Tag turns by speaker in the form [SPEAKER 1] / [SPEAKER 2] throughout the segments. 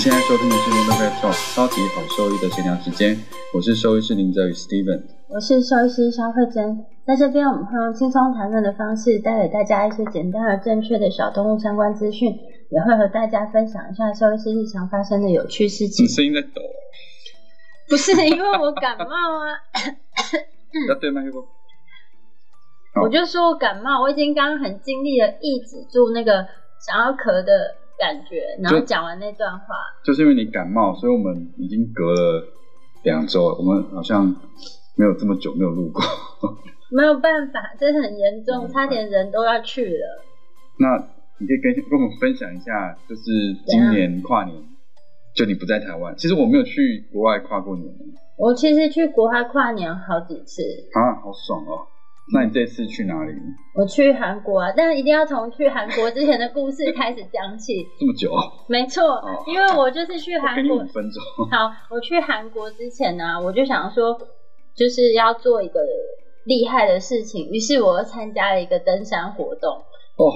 [SPEAKER 1] 现在收听的是 Legal Prep Talk 超级好兽医的闲聊时间，我是兽医师林哲宇 Steven。
[SPEAKER 2] 我是兽医师肖慧珍，在这边我们会用轻松谈论的方式带给大家一些简单而正确的小动物相关资讯，也会和大家分享一下兽医师日常发生的有趣 事情
[SPEAKER 1] 你。声音在抖，啊
[SPEAKER 2] 不是因为我感冒啊，
[SPEAKER 1] 不要对麦克风。好
[SPEAKER 2] 我就说我感冒，我已经刚刚很尽力的抑制住那个想要咳的感觉，然后讲完那段话，
[SPEAKER 1] 就是因为你感冒，所以我们已经隔了两周了，我们好像没有这么久没有录过。
[SPEAKER 2] 没有办法，这很严
[SPEAKER 1] 没
[SPEAKER 2] 重，
[SPEAKER 1] 办法
[SPEAKER 2] 差点人都要去了。
[SPEAKER 1] 那你可以跟跟我们分享一下，就是今年跨年，就你不在台湾，其实我没有去国外跨过年
[SPEAKER 2] 我其实去国外跨年好几次，
[SPEAKER 1] 啊，好爽哦！那你这次去哪里？
[SPEAKER 2] 我去韩国啊，但一定要从去韩国之前的故事开始讲 起。
[SPEAKER 1] 这么久？
[SPEAKER 2] 没错
[SPEAKER 1] 哦，
[SPEAKER 2] 因为我就是去
[SPEAKER 1] 我给
[SPEAKER 2] 韩
[SPEAKER 1] 你
[SPEAKER 2] 国
[SPEAKER 1] 五。分钟。
[SPEAKER 2] 好，我去韩国之前呢、我就想说，就是要做一个厉害的事情，于是我又参加了一个登山活动。
[SPEAKER 1] 哦，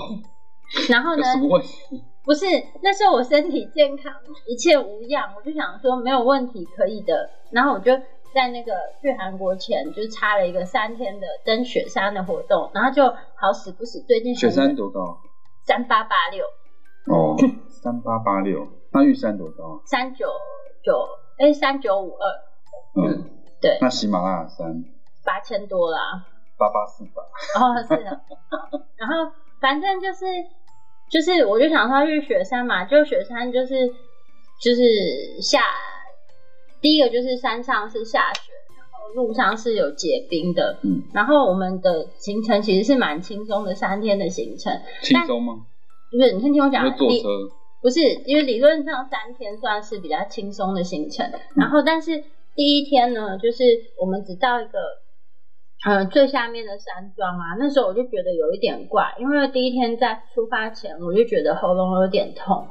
[SPEAKER 2] 然后
[SPEAKER 1] 有
[SPEAKER 2] 呢，
[SPEAKER 1] 什么问题？
[SPEAKER 2] 不是那时候我身体健康，一切无恙，我就想说没有问题，可以的。然后我就在那个去韩国前，就插了一个三天的登雪山的活动，然后就好死不死，最近
[SPEAKER 1] 雪山多高？啊
[SPEAKER 2] 三八八六
[SPEAKER 1] 哦，三八八六。那玉山多高？啊
[SPEAKER 2] 三九九哎三九五二
[SPEAKER 1] 嗯，
[SPEAKER 2] 对
[SPEAKER 1] 那喜马拉雅山
[SPEAKER 2] 八千多啦，
[SPEAKER 1] 八八四吧。
[SPEAKER 2] 哦，是 的。然后反正就是就是，我就想说去雪山嘛，就雪山就是就是下第一个就是山上是下雪，然后路上是有结冰的。
[SPEAKER 1] 嗯，
[SPEAKER 2] 然后我们的行程其实是蛮轻松的，三天的行程。
[SPEAKER 1] 轻松吗？
[SPEAKER 2] 不是，你先听我讲
[SPEAKER 1] 你
[SPEAKER 2] 完，
[SPEAKER 1] 就坐
[SPEAKER 2] 你
[SPEAKER 1] 车。
[SPEAKER 2] 不是，因为理论上三天算是比较轻松的行程，然后但是第一天呢，就是我们只到一个呃最下面的山庄啊，那时候我就觉得有一点怪，因为第一天在出发前我就觉得喉咙有点痛，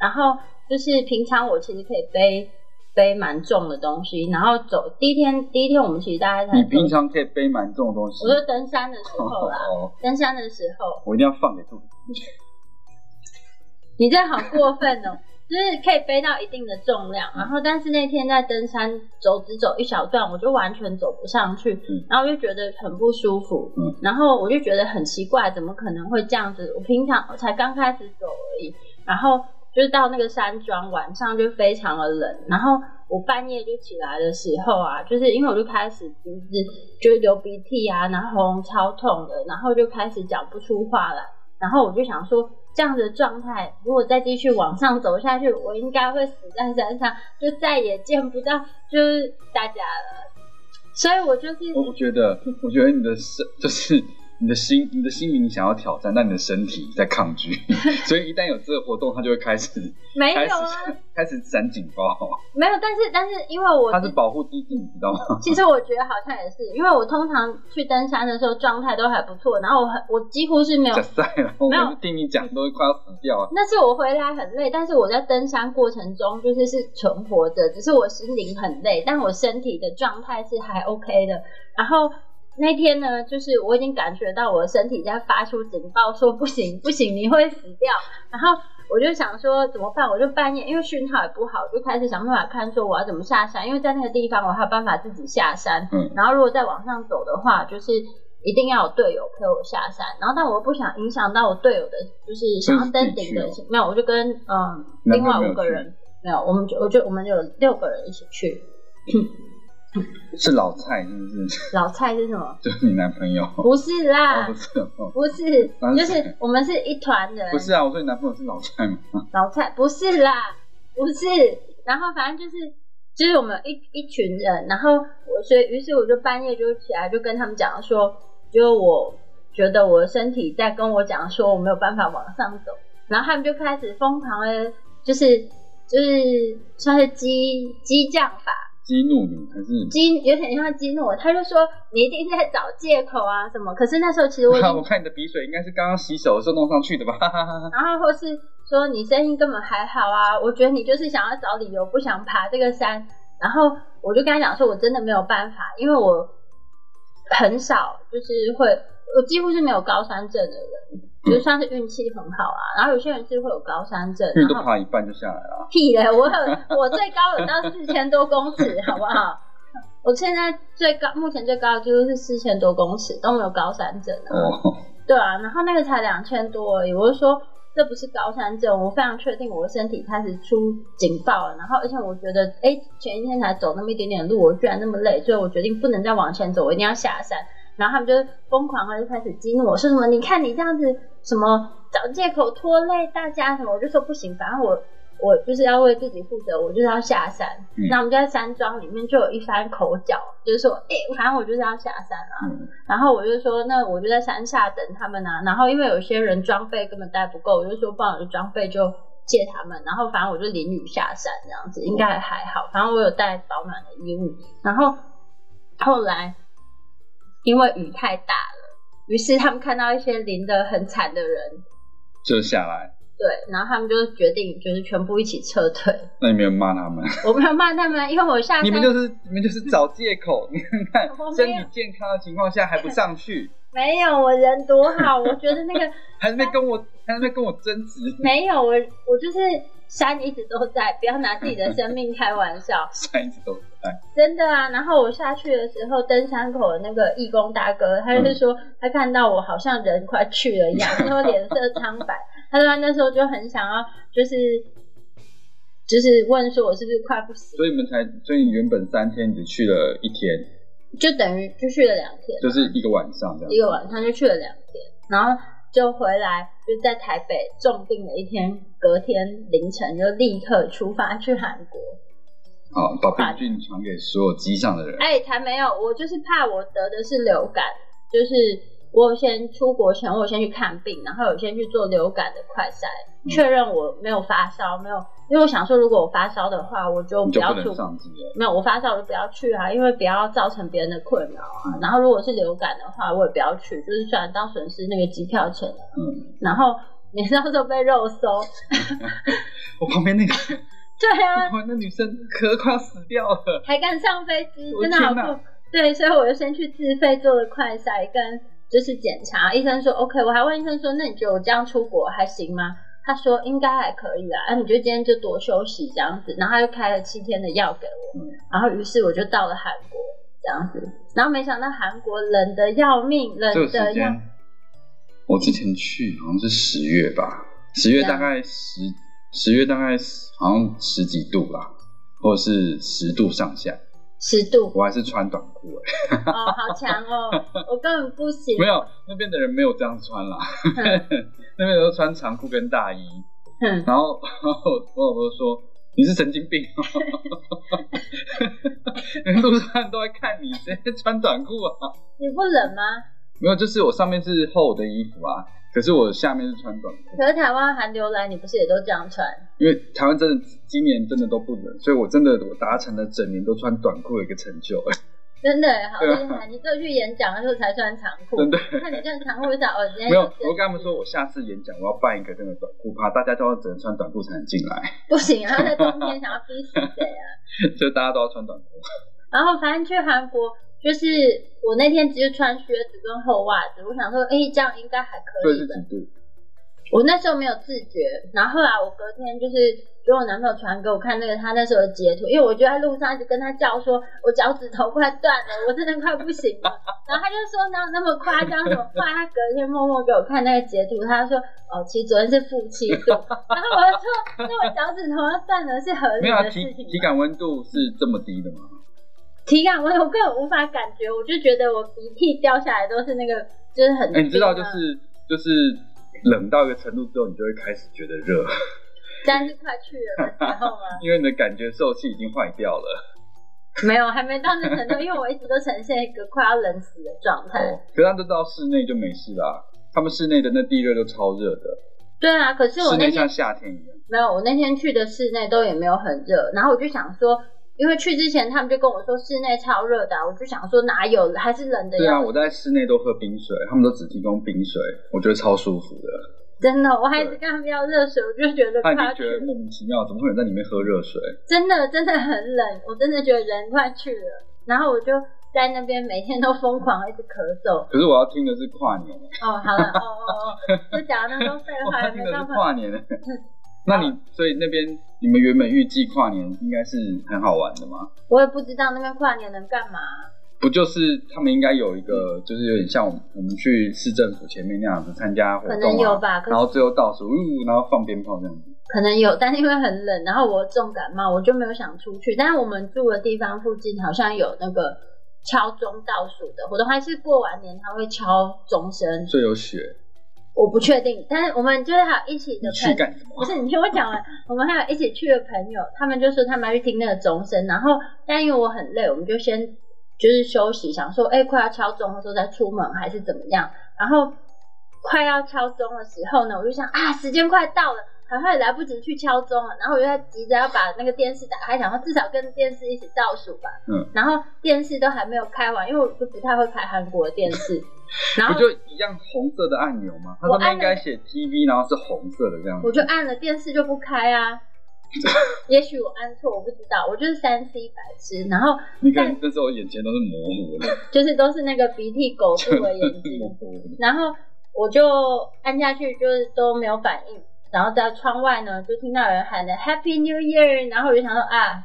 [SPEAKER 2] 然后就是平常我其实可以背背蛮重的东西，然后走第一天第一天我们其实大概才
[SPEAKER 1] 你平
[SPEAKER 2] 走
[SPEAKER 1] 常可以背蛮重的东西。
[SPEAKER 2] 我就登山的时候 啦，
[SPEAKER 1] 哦，
[SPEAKER 2] 登山的时候
[SPEAKER 1] 我一定要放给肚子。
[SPEAKER 2] 你这好过分哦！ 就是可以背到一定的重量，然后但是那天在登山走只走一小段，我就完全走不上去，
[SPEAKER 1] 嗯
[SPEAKER 2] 然后我就觉得很不舒服，
[SPEAKER 1] 嗯
[SPEAKER 2] 然后我就觉得很奇怪，怎么可能会这样子？我平常我才刚开始走而已，然后就是到那个山庄，晚上就非常的冷，然后我半夜就起来的时候啊，就是因为我就开始鼻子就是流鼻涕啊，然后喉咙超痛的，然后就开始讲不出话来。然后我就想说，这样的状态如果再继续往上走下去，我应该会死在山上，就再也见不到就是大家了。所以我就是
[SPEAKER 1] 我我觉得，我觉得你的身 就是你的心，你的心灵想要挑战，但你的身体在抗 拒，所以一旦有这个活动，它就会开始
[SPEAKER 2] 没
[SPEAKER 1] 开始
[SPEAKER 2] 有啊，
[SPEAKER 1] 开始闪警报。
[SPEAKER 2] 没有。但是但是，因为我
[SPEAKER 1] 它是嗯保护机制，你知道吗？
[SPEAKER 2] 其实我觉得好像也是，因为我通常去登山的时候状态都还不错，然后我很我几乎是没有
[SPEAKER 1] 假赛了，我
[SPEAKER 2] 没有
[SPEAKER 1] 每次听你讲都快要死掉了。
[SPEAKER 2] 那是我回来很累，但是我在登山过程中就是是存活着，只是我心灵很累，但我身体的状态是还 OK 的。然后那天呢，就是我已经感觉到我的身体在发出警报，说不行不行，你会死掉。然后我就想说怎么办？我就半夜因为讯号也不好，我就开始想办法看说我要怎么下山，因为在那个地方我还有办法自己下山。
[SPEAKER 1] 嗯
[SPEAKER 2] 然后如果再往上走的话，就是。一定要有队友陪我下山，然后但我又不想影响到我队友的，就是想要登顶的
[SPEAKER 1] 就是自己
[SPEAKER 2] 没有，我就跟嗯
[SPEAKER 1] 男
[SPEAKER 2] 另
[SPEAKER 1] 朋友
[SPEAKER 2] 外
[SPEAKER 1] 没有
[SPEAKER 2] 五个
[SPEAKER 1] 去
[SPEAKER 2] 人没有，我们就我就我们有六个人一起去。
[SPEAKER 1] 是老蔡是不是？
[SPEAKER 2] 老蔡是什么？
[SPEAKER 1] 就是你男朋友？
[SPEAKER 2] 不是
[SPEAKER 1] 哦
[SPEAKER 2] 啦，
[SPEAKER 1] 不是哦，
[SPEAKER 2] 不是
[SPEAKER 1] 那，
[SPEAKER 2] 就是
[SPEAKER 1] 谁
[SPEAKER 2] 是我们是一团人。
[SPEAKER 1] 不是啊，我说你男朋友是老蔡吗？
[SPEAKER 2] 老蔡，不是啦，不是。然后反正就是就是我们一一群人，然后我所以于是我就半夜就起来就跟他们讲说，就我觉得我的身体在跟我讲说我没有办法往上走，然后他们就开始疯狂的，就是就是算是激激将法，
[SPEAKER 1] 激怒你还是？
[SPEAKER 2] 激有点像激怒我，他就说你一定是在找借口啊什么。可是那时候其实我已经
[SPEAKER 1] 我看你的鼻水应该是刚刚洗手的时候弄上去的 吧？哈哈哈哈。
[SPEAKER 2] 然后或是说你声音根本还好啊，我觉得你就是想要找理由不想爬这个山。然后我就跟他讲说，我真的没有办法，因为我很少就是会，我几乎是没有高山症的人，就算是运气很好啊。然后有些人是会有高山症，
[SPEAKER 1] 因为
[SPEAKER 2] 然
[SPEAKER 1] 都
[SPEAKER 2] 后
[SPEAKER 1] 爬一半就下来了。
[SPEAKER 2] 屁嘞，我有我最高有到四千多公尺，好不好？ 我现在最高，目前最高的就是四千多公尺，都没有高山症啊。
[SPEAKER 1] 哦，
[SPEAKER 2] 对啊，然后那个才两千多而已，我就说这不是高山症，我非常确定我的身体开始出警报了。然后，而且我觉得，哎，前一天才走那么一点点路，我居然那么累，所以我决定不能再往前走，我一定要下山。然后他们就疯狂的就开始激怒我，说什么你看你这样子什么找借口拖累大家什么，我就说不行，反正我我就是要为自己负责，我就是要下山。
[SPEAKER 1] 嗯
[SPEAKER 2] 那我们就在山庄里面就有一番口角，就是说，哎、反正我就是要下山啊。
[SPEAKER 1] 嗯
[SPEAKER 2] 然后我就说，那我就在山下等他们啊。然后因为有些人装备根本带不够，我就说，不然我就装备就借他们。然后反正我就淋雨下山这样
[SPEAKER 1] 嗯
[SPEAKER 2] 子，应该还好。反正我有带保暖的衣物。然后后来因为雨太大了，于是他们看到一些淋得很惨的人，
[SPEAKER 1] 就下来。
[SPEAKER 2] 对，然后他们就决定就是全部一起撤退。
[SPEAKER 1] 那你没有骂他们？
[SPEAKER 2] 我没有骂他们，因为我下山
[SPEAKER 1] 你们就是你们就是找借口。你看
[SPEAKER 2] 我没有
[SPEAKER 1] 看，身体健康的情况下还不上去，
[SPEAKER 2] 没有我人多好，我觉得那个。
[SPEAKER 1] 还在那边跟我还在那边跟我争执。，
[SPEAKER 2] 没有，我我就是山一直都在，不要拿自己的生命开玩笑
[SPEAKER 1] 山一直都在，
[SPEAKER 2] 真的啊。然后我下去的时候，登山口的那个义工大哥，他就是说、他看到我好像人快去了一样，他说脸色苍白，他说他那时候就很想要就是。就是问说，我是不是快不行？
[SPEAKER 1] 所以你们才，所以你原本三天只去了一天，
[SPEAKER 2] 就等于就去了两天，
[SPEAKER 1] 就是一个晚上这样。
[SPEAKER 2] 一个晚上就去了两天，然后就回来，就在台北重病了一天，隔天凌晨就立刻出发去韩国。
[SPEAKER 1] 好，把病菌传给所有机上的人。
[SPEAKER 2] 哎、才没有，我就是怕我得的是流感，就是我有先出国前，我有先去看病，然后有先去做流感的快筛，
[SPEAKER 1] 嗯
[SPEAKER 2] 确认我没有发烧，没有，因为我想说，如果我发烧的话，我就
[SPEAKER 1] 你
[SPEAKER 2] 不
[SPEAKER 1] 就
[SPEAKER 2] 要
[SPEAKER 1] 不
[SPEAKER 2] 出
[SPEAKER 1] 能上机了，
[SPEAKER 2] 没有，我发烧我就不要去啊，因为不要造成别人的困扰
[SPEAKER 1] 嗯
[SPEAKER 2] 啊。然后如果是流感的话，我也不要去，就是虽然当损失那个机票钱了，
[SPEAKER 1] 嗯，
[SPEAKER 2] 然后你到时候被肉搜，
[SPEAKER 1] 我旁边那个，
[SPEAKER 2] 对啊，
[SPEAKER 1] 哇，那女生咳快要死掉了，
[SPEAKER 2] 还敢上飞机，
[SPEAKER 1] 我
[SPEAKER 2] 真的
[SPEAKER 1] 天
[SPEAKER 2] 好
[SPEAKER 1] 哪
[SPEAKER 2] 酷。对，所以我就先去自费做了快筛跟就是检查，医生说 OK，我还问医生说，那你觉得我这样出国还行吗？他说应该还可以啦，那、啊你就今天就多休息这样子，然后他就开了七天的药给我，
[SPEAKER 1] 嗯
[SPEAKER 2] 然后于是我就到了韩国这样子，然后没想到韩国冷的要命，
[SPEAKER 1] 这个
[SPEAKER 2] 冷的
[SPEAKER 1] 时
[SPEAKER 2] 要
[SPEAKER 1] 间，我之前去好像是十月吧，十月
[SPEAKER 2] 对啊
[SPEAKER 1] 大概十，十月大概十好像十几度吧，或者是十度上下，
[SPEAKER 2] 十度
[SPEAKER 1] 我还是穿短裤哎、
[SPEAKER 2] 哦，好强哦，我根本不行，
[SPEAKER 1] 没有那边的人没有这样穿啦，
[SPEAKER 2] 嗯
[SPEAKER 1] 那边都穿长裤跟大衣，
[SPEAKER 2] 嗯
[SPEAKER 1] 然后，然后我老婆说：“你是神经病、哦， 路上都在看你，谁在穿短裤啊
[SPEAKER 2] 你不冷吗？？”
[SPEAKER 1] 没有，就是我上面是厚的衣服啊，可是我下面是穿短裤，
[SPEAKER 2] 可是台湾寒流来，你不是也都这样穿？
[SPEAKER 1] 因为台湾真的今年真的都不冷，所以我真的我达成了整年都穿短裤的一个成就，
[SPEAKER 2] 哦真的耶好
[SPEAKER 1] 对啊
[SPEAKER 2] 厉害！你只有去演讲的时候才穿长裤，
[SPEAKER 1] 真的。
[SPEAKER 2] 那你穿长裤就想哦，今天
[SPEAKER 1] 没有，
[SPEAKER 2] 这个
[SPEAKER 1] 我跟他们说，我下次演讲我要办一个那个短裤趴，大家都要只能穿短裤才能进 来，
[SPEAKER 2] 不行啊，在冬天想要逼死谁啊？
[SPEAKER 1] 所以大家都要穿短裤。
[SPEAKER 2] 然后反正去韩国，就是我那天只是穿靴子跟厚袜子，我想说，哎、这样应该还可
[SPEAKER 1] 所以
[SPEAKER 2] 以
[SPEAKER 1] 是
[SPEAKER 2] 的
[SPEAKER 1] 几。度？
[SPEAKER 2] 我那时候没有自觉，然后后来我隔天就是给我男朋友传给我看那个他那时候的截图，因为我就在路上一直跟他叫说，我脚趾头快断了，我真的快不行了。然后他就说哪有那么夸张什么话？他隔天默默给我看那个截图，他说哦，其实昨天是负七度。然后我就说，那我脚趾头要断了是合
[SPEAKER 1] 没
[SPEAKER 2] 理
[SPEAKER 1] 有啊，
[SPEAKER 2] 的
[SPEAKER 1] 体
[SPEAKER 2] 事情
[SPEAKER 1] 体
[SPEAKER 2] 吗。
[SPEAKER 1] 感温度是这么低的吗？
[SPEAKER 2] 体感我我根本无法感觉，我就觉得我鼻涕掉下来都是那个，就是很、啊
[SPEAKER 1] 哎、你知道，就是就是冷到一个程度之后，你就会开始觉得热，
[SPEAKER 2] 啊但是快去了的时候吗？
[SPEAKER 1] 因为你的感觉受器已经坏掉了。
[SPEAKER 2] 没有，还没到那程度，因为我一直都呈现一个快要冷死的状态。
[SPEAKER 1] 哦，可是他们都到室内就没事啦、他们室内的那地热都超热的，
[SPEAKER 2] 对啊，可是我
[SPEAKER 1] 室
[SPEAKER 2] 那
[SPEAKER 1] 内
[SPEAKER 2] 天
[SPEAKER 1] 像夏天一样。
[SPEAKER 2] 没有，我那天去的室内都也没有很热，然后我就想说，因为去之前他们就跟我说室内超热的啊、我就想说哪有，还是冷的
[SPEAKER 1] 对
[SPEAKER 2] 呀、
[SPEAKER 1] 啊，我在室内都喝冰水，他们都只提供冰水，我觉得超舒服的。
[SPEAKER 2] 真的，我还一直
[SPEAKER 1] 对
[SPEAKER 2] 跟他们要热水，我就觉得
[SPEAKER 1] 他
[SPEAKER 2] 快
[SPEAKER 1] 已
[SPEAKER 2] 要
[SPEAKER 1] 经
[SPEAKER 2] 去
[SPEAKER 1] 觉得
[SPEAKER 2] 了
[SPEAKER 1] 莫名其妙，怎么会有人在里面喝热水？
[SPEAKER 2] 真的真的很冷，我真的觉得人快去了。然后我就在那边每天都疯狂一直咳嗽。
[SPEAKER 1] 可是我要听的是跨 年，
[SPEAKER 2] 哦，好了，哦哦哦，就讲了那么多废
[SPEAKER 1] 我
[SPEAKER 2] 话，
[SPEAKER 1] 要
[SPEAKER 2] 还
[SPEAKER 1] 听的
[SPEAKER 2] 没
[SPEAKER 1] 是
[SPEAKER 2] 办法。
[SPEAKER 1] 跨年。 那你所以那边你们原本预计跨年应该是很好玩的吗？
[SPEAKER 2] 我也不知道那边跨年能干嘛。
[SPEAKER 1] 不就是他们应该有一个，就是有点像我们我们去市政府前面那样子参加活动、啊，
[SPEAKER 2] 可能有吧可是
[SPEAKER 1] 然后最后倒数，呜，然后放鞭炮这样子。
[SPEAKER 2] 可能有，但是因为很冷，然后我重感冒，我就没有想出去。但是我们住的地方附近好像有那个敲钟倒数的活动，还是过完年他会敲钟声，
[SPEAKER 1] 所以有雪，
[SPEAKER 2] 我不确定。但是我们就是还有一起
[SPEAKER 1] 你
[SPEAKER 2] 的
[SPEAKER 1] 去
[SPEAKER 2] 朋
[SPEAKER 1] 干什
[SPEAKER 2] 不
[SPEAKER 1] 么？
[SPEAKER 2] 是 你听我讲完，我们还有一起去的朋友，他们就说他们要去听那个钟声，然后但因为我很累，我们就先就是休息，想说哎、快要敲钟的时候再出门还是怎么样，然后快要敲钟的时候呢，我就想啊时间快到了。然后也来不及去敲钟了，然后我就在急着要把那个电视打开，想说至少跟电视一起倒数吧。
[SPEAKER 1] 嗯，
[SPEAKER 2] 然后电视都还没有开完，因为我就不太会开韩国的电视。然后
[SPEAKER 1] 不就一样红色的按钮吗？它
[SPEAKER 2] 我
[SPEAKER 1] 上面
[SPEAKER 2] 按
[SPEAKER 1] 应
[SPEAKER 2] 了
[SPEAKER 1] 该写 TV，然后是红色的这样子。
[SPEAKER 2] 我就按了电视就不 开啊。也许我按错，我不知道，我就是三 C 白痴，然后
[SPEAKER 1] 你可能那时候眼前都是模糊 的，
[SPEAKER 2] 就是都是那个鼻涕狗
[SPEAKER 1] 就
[SPEAKER 2] 肚的眼
[SPEAKER 1] 模
[SPEAKER 2] 睛，
[SPEAKER 1] 糊的。
[SPEAKER 2] 然后我就按下去，就是都没有反应，然后在窗外呢就听到有人喊的 Happy New Year，然后我就想说 啊，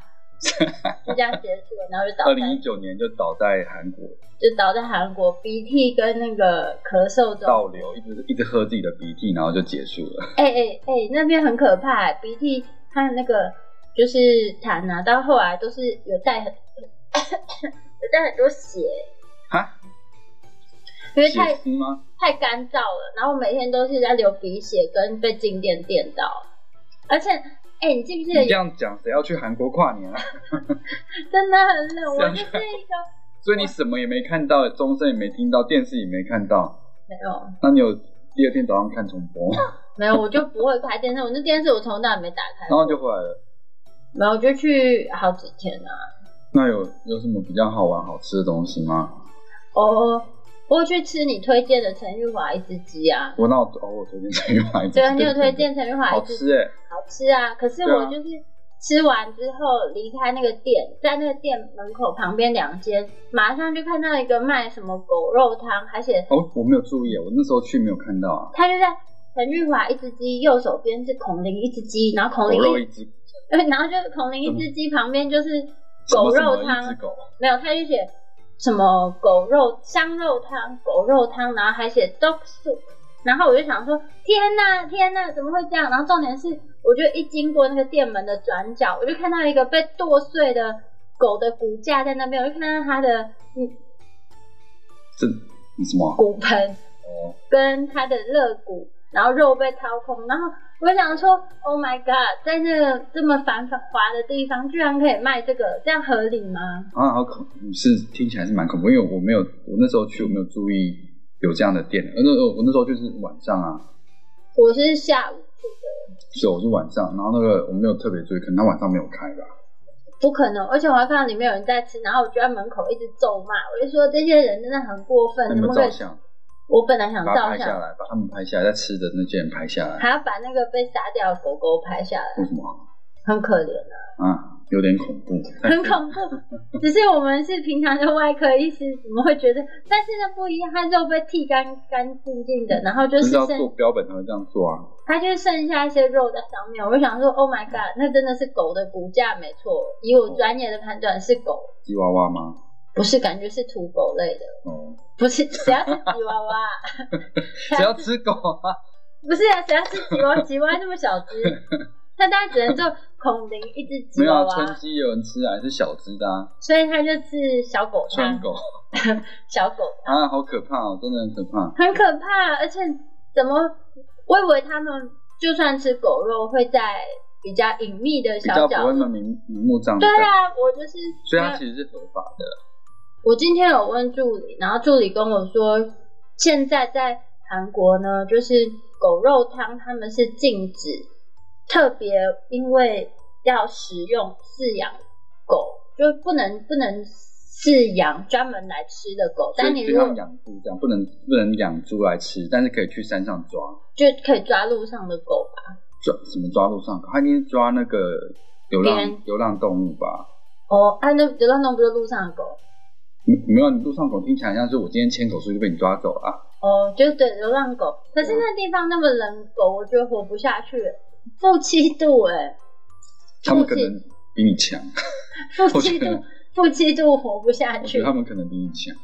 [SPEAKER 2] 就这样结束了，然后就倒
[SPEAKER 1] 二
[SPEAKER 2] 在
[SPEAKER 1] 零一九年就倒在韩国，
[SPEAKER 2] 就倒在韩国鼻涕跟那个咳嗽中，
[SPEAKER 1] 倒流，一直一直喝自己的鼻涕，然后就结束了。
[SPEAKER 2] 哎哎哎，那边很可怕、鼻涕和那个就是痰啊，到后来都是有带很 有带很多血，
[SPEAKER 1] 哈，
[SPEAKER 2] 因为
[SPEAKER 1] 啊血
[SPEAKER 2] 太
[SPEAKER 1] 丝吗？
[SPEAKER 2] 太干燥了，然后每天都是在流鼻血跟被静电电到，而且哎、你记不记
[SPEAKER 1] 你
[SPEAKER 2] 得
[SPEAKER 1] 这样讲，谁要去韩国跨 年啊？
[SPEAKER 2] 真的很冷，
[SPEAKER 1] 这
[SPEAKER 2] 我
[SPEAKER 1] 样
[SPEAKER 2] 就是一个
[SPEAKER 1] 所以你什么也没看到，钟声也没听到，电视也没看到，
[SPEAKER 2] 没有
[SPEAKER 1] 那你有第二天早上看重播，
[SPEAKER 2] 没有，我就不会开电视，我那电视我从头到尾没打开
[SPEAKER 1] 然，后就回来了。
[SPEAKER 2] 没有，我就去好几天啊。
[SPEAKER 1] 那有有什么比较好玩好吃的东西吗？
[SPEAKER 2] 哦，我有去吃你推荐的陈玉华一只鸡啊，
[SPEAKER 1] 我那我哦，我推荐陈玉华一次
[SPEAKER 2] 对，啊你有推荐陈玉华
[SPEAKER 1] 好
[SPEAKER 2] 一只鸡
[SPEAKER 1] 吃哎、
[SPEAKER 2] 好吃啊！可是
[SPEAKER 1] 对啊
[SPEAKER 2] 我就是吃完之后离开那个店，在那个店门口旁边两间，马上就看到一个卖什么狗肉汤，而且
[SPEAKER 1] 哦，我没有注意，我那时候去没有看到啊。
[SPEAKER 2] 他就在陈玉华一只鸡右手边是孔林一只鸡，然后孔
[SPEAKER 1] 狗
[SPEAKER 2] 林
[SPEAKER 1] 肉一
[SPEAKER 2] 一，
[SPEAKER 1] 只，
[SPEAKER 2] 对，然后就是孔林一只鸡旁边就是
[SPEAKER 1] 什
[SPEAKER 2] 狗
[SPEAKER 1] 么什
[SPEAKER 2] 肉
[SPEAKER 1] 么
[SPEAKER 2] 汤啊
[SPEAKER 1] 一，只狗，啊
[SPEAKER 2] 没有，他就写什么狗肉香肉汤、狗肉汤，然后还写 dog soup，然后我就想说，天呐天呐，怎么会这样？然后重点是，我就一经过那个店门的转角，我就看到一个被剁碎的狗的骨架在那边，我就看到它的嗯
[SPEAKER 1] 这你什么啊？
[SPEAKER 2] 骨盆
[SPEAKER 1] 哦，
[SPEAKER 2] 跟它的肋骨，然后肉被掏空，然后。我想说，Oh my god，在这个这么繁华的地方，居然可以卖这个，这样合理吗？
[SPEAKER 1] 啊，好恐，是听起来是蛮恐怖，因为我没有，我那时候去我没有注意有这样的店，呃，那呃我那时候就是晚上啊，
[SPEAKER 2] 我是下午
[SPEAKER 1] 是我是晚上，然后那个我没有特别注意，可能他晚上没有开吧。
[SPEAKER 2] 不可能，而且我还看到里面有人在吃，然后我就在门口一直咒骂，我就说这些人真的很过分，
[SPEAKER 1] 那
[SPEAKER 2] 怎
[SPEAKER 1] 你们
[SPEAKER 2] 么可
[SPEAKER 1] 照
[SPEAKER 2] 以？
[SPEAKER 1] 相，
[SPEAKER 2] 我本来想
[SPEAKER 1] 把它
[SPEAKER 2] 照
[SPEAKER 1] 拍下
[SPEAKER 2] 相，
[SPEAKER 1] 来，把他们拍下来，在吃的那些人拍下来。
[SPEAKER 2] 还要把那个被杀掉的狗狗拍下来，
[SPEAKER 1] 为什么
[SPEAKER 2] 很可怜 啊，
[SPEAKER 1] 啊？有点恐怖，
[SPEAKER 2] 很恐怖。只是我们是平常的外科医师，怎么会觉得？但是那不一样，它肉被剃干干净净的，然后
[SPEAKER 1] 嗯
[SPEAKER 2] 就
[SPEAKER 1] 不
[SPEAKER 2] 是
[SPEAKER 1] 知道做
[SPEAKER 2] 剩，
[SPEAKER 1] 标本才会这样做啊。
[SPEAKER 2] 它就剩下一些肉在上面。我就想说，Oh my god，那真的是狗的骨架，没错。以我专业的判断，是狗，
[SPEAKER 1] 吉娃娃吗？
[SPEAKER 2] 不是感觉是土狗类的，
[SPEAKER 1] 哦，
[SPEAKER 2] 不是，只要是吉娃娃啊。
[SPEAKER 1] 谁要吃狗啊？
[SPEAKER 2] 不是啊，谁要吃吉娃吉娃那么 小只？那大家只能做孔林一只 吉
[SPEAKER 1] 没有
[SPEAKER 2] 娃
[SPEAKER 1] 啊，
[SPEAKER 2] 娃
[SPEAKER 1] 春，熙也有人吃啊，是小只的啊，
[SPEAKER 2] 所以它就是小狗
[SPEAKER 1] 川
[SPEAKER 2] 汤，
[SPEAKER 1] 狗
[SPEAKER 2] 小狗
[SPEAKER 1] 啊，好可怕哦，真的很可怕。
[SPEAKER 2] 很可怕。啊而且怎么，我以为他们就算吃狗肉会在比较隐秘的
[SPEAKER 1] 比较不
[SPEAKER 2] 小
[SPEAKER 1] 会
[SPEAKER 2] 角
[SPEAKER 1] 那
[SPEAKER 2] 落。
[SPEAKER 1] 么明明目张
[SPEAKER 2] 对
[SPEAKER 1] 胆，
[SPEAKER 2] 啊，我就是
[SPEAKER 1] 所以它其实是合法的。
[SPEAKER 2] 我今天有问助理，然后助理跟我说，现在在韩国呢，就是狗肉汤他们是禁止，特别因为要食用饲养狗，就不能不能饲养专门来吃的狗，
[SPEAKER 1] 所
[SPEAKER 2] 但
[SPEAKER 1] 以
[SPEAKER 2] 你
[SPEAKER 1] 就
[SPEAKER 2] 如
[SPEAKER 1] 像
[SPEAKER 2] 果
[SPEAKER 1] 养猪这样，不能不能养猪来吃，但是可以去山上抓
[SPEAKER 2] 就可以抓路上的狗吧。
[SPEAKER 1] 抓什么抓路上，它一定是抓那个流
[SPEAKER 2] 别
[SPEAKER 1] 浪
[SPEAKER 2] 人
[SPEAKER 1] 流浪动物吧？
[SPEAKER 2] 哦，啊，那流浪动物不就路上的狗？
[SPEAKER 1] 没没有，你路上狗听起来像是我今天牵狗出去被你抓走了、啊。
[SPEAKER 2] 哦，就是对流浪狗。可
[SPEAKER 1] 嗯
[SPEAKER 2] 是那地方那么冷，狗我觉得活不下去，负七度哎、
[SPEAKER 1] 他们可能比你强，
[SPEAKER 2] 负
[SPEAKER 1] 我
[SPEAKER 2] 七
[SPEAKER 1] 觉得
[SPEAKER 2] 度，负七度活不下
[SPEAKER 1] 我觉
[SPEAKER 2] 去
[SPEAKER 1] 得。他们可能比你强。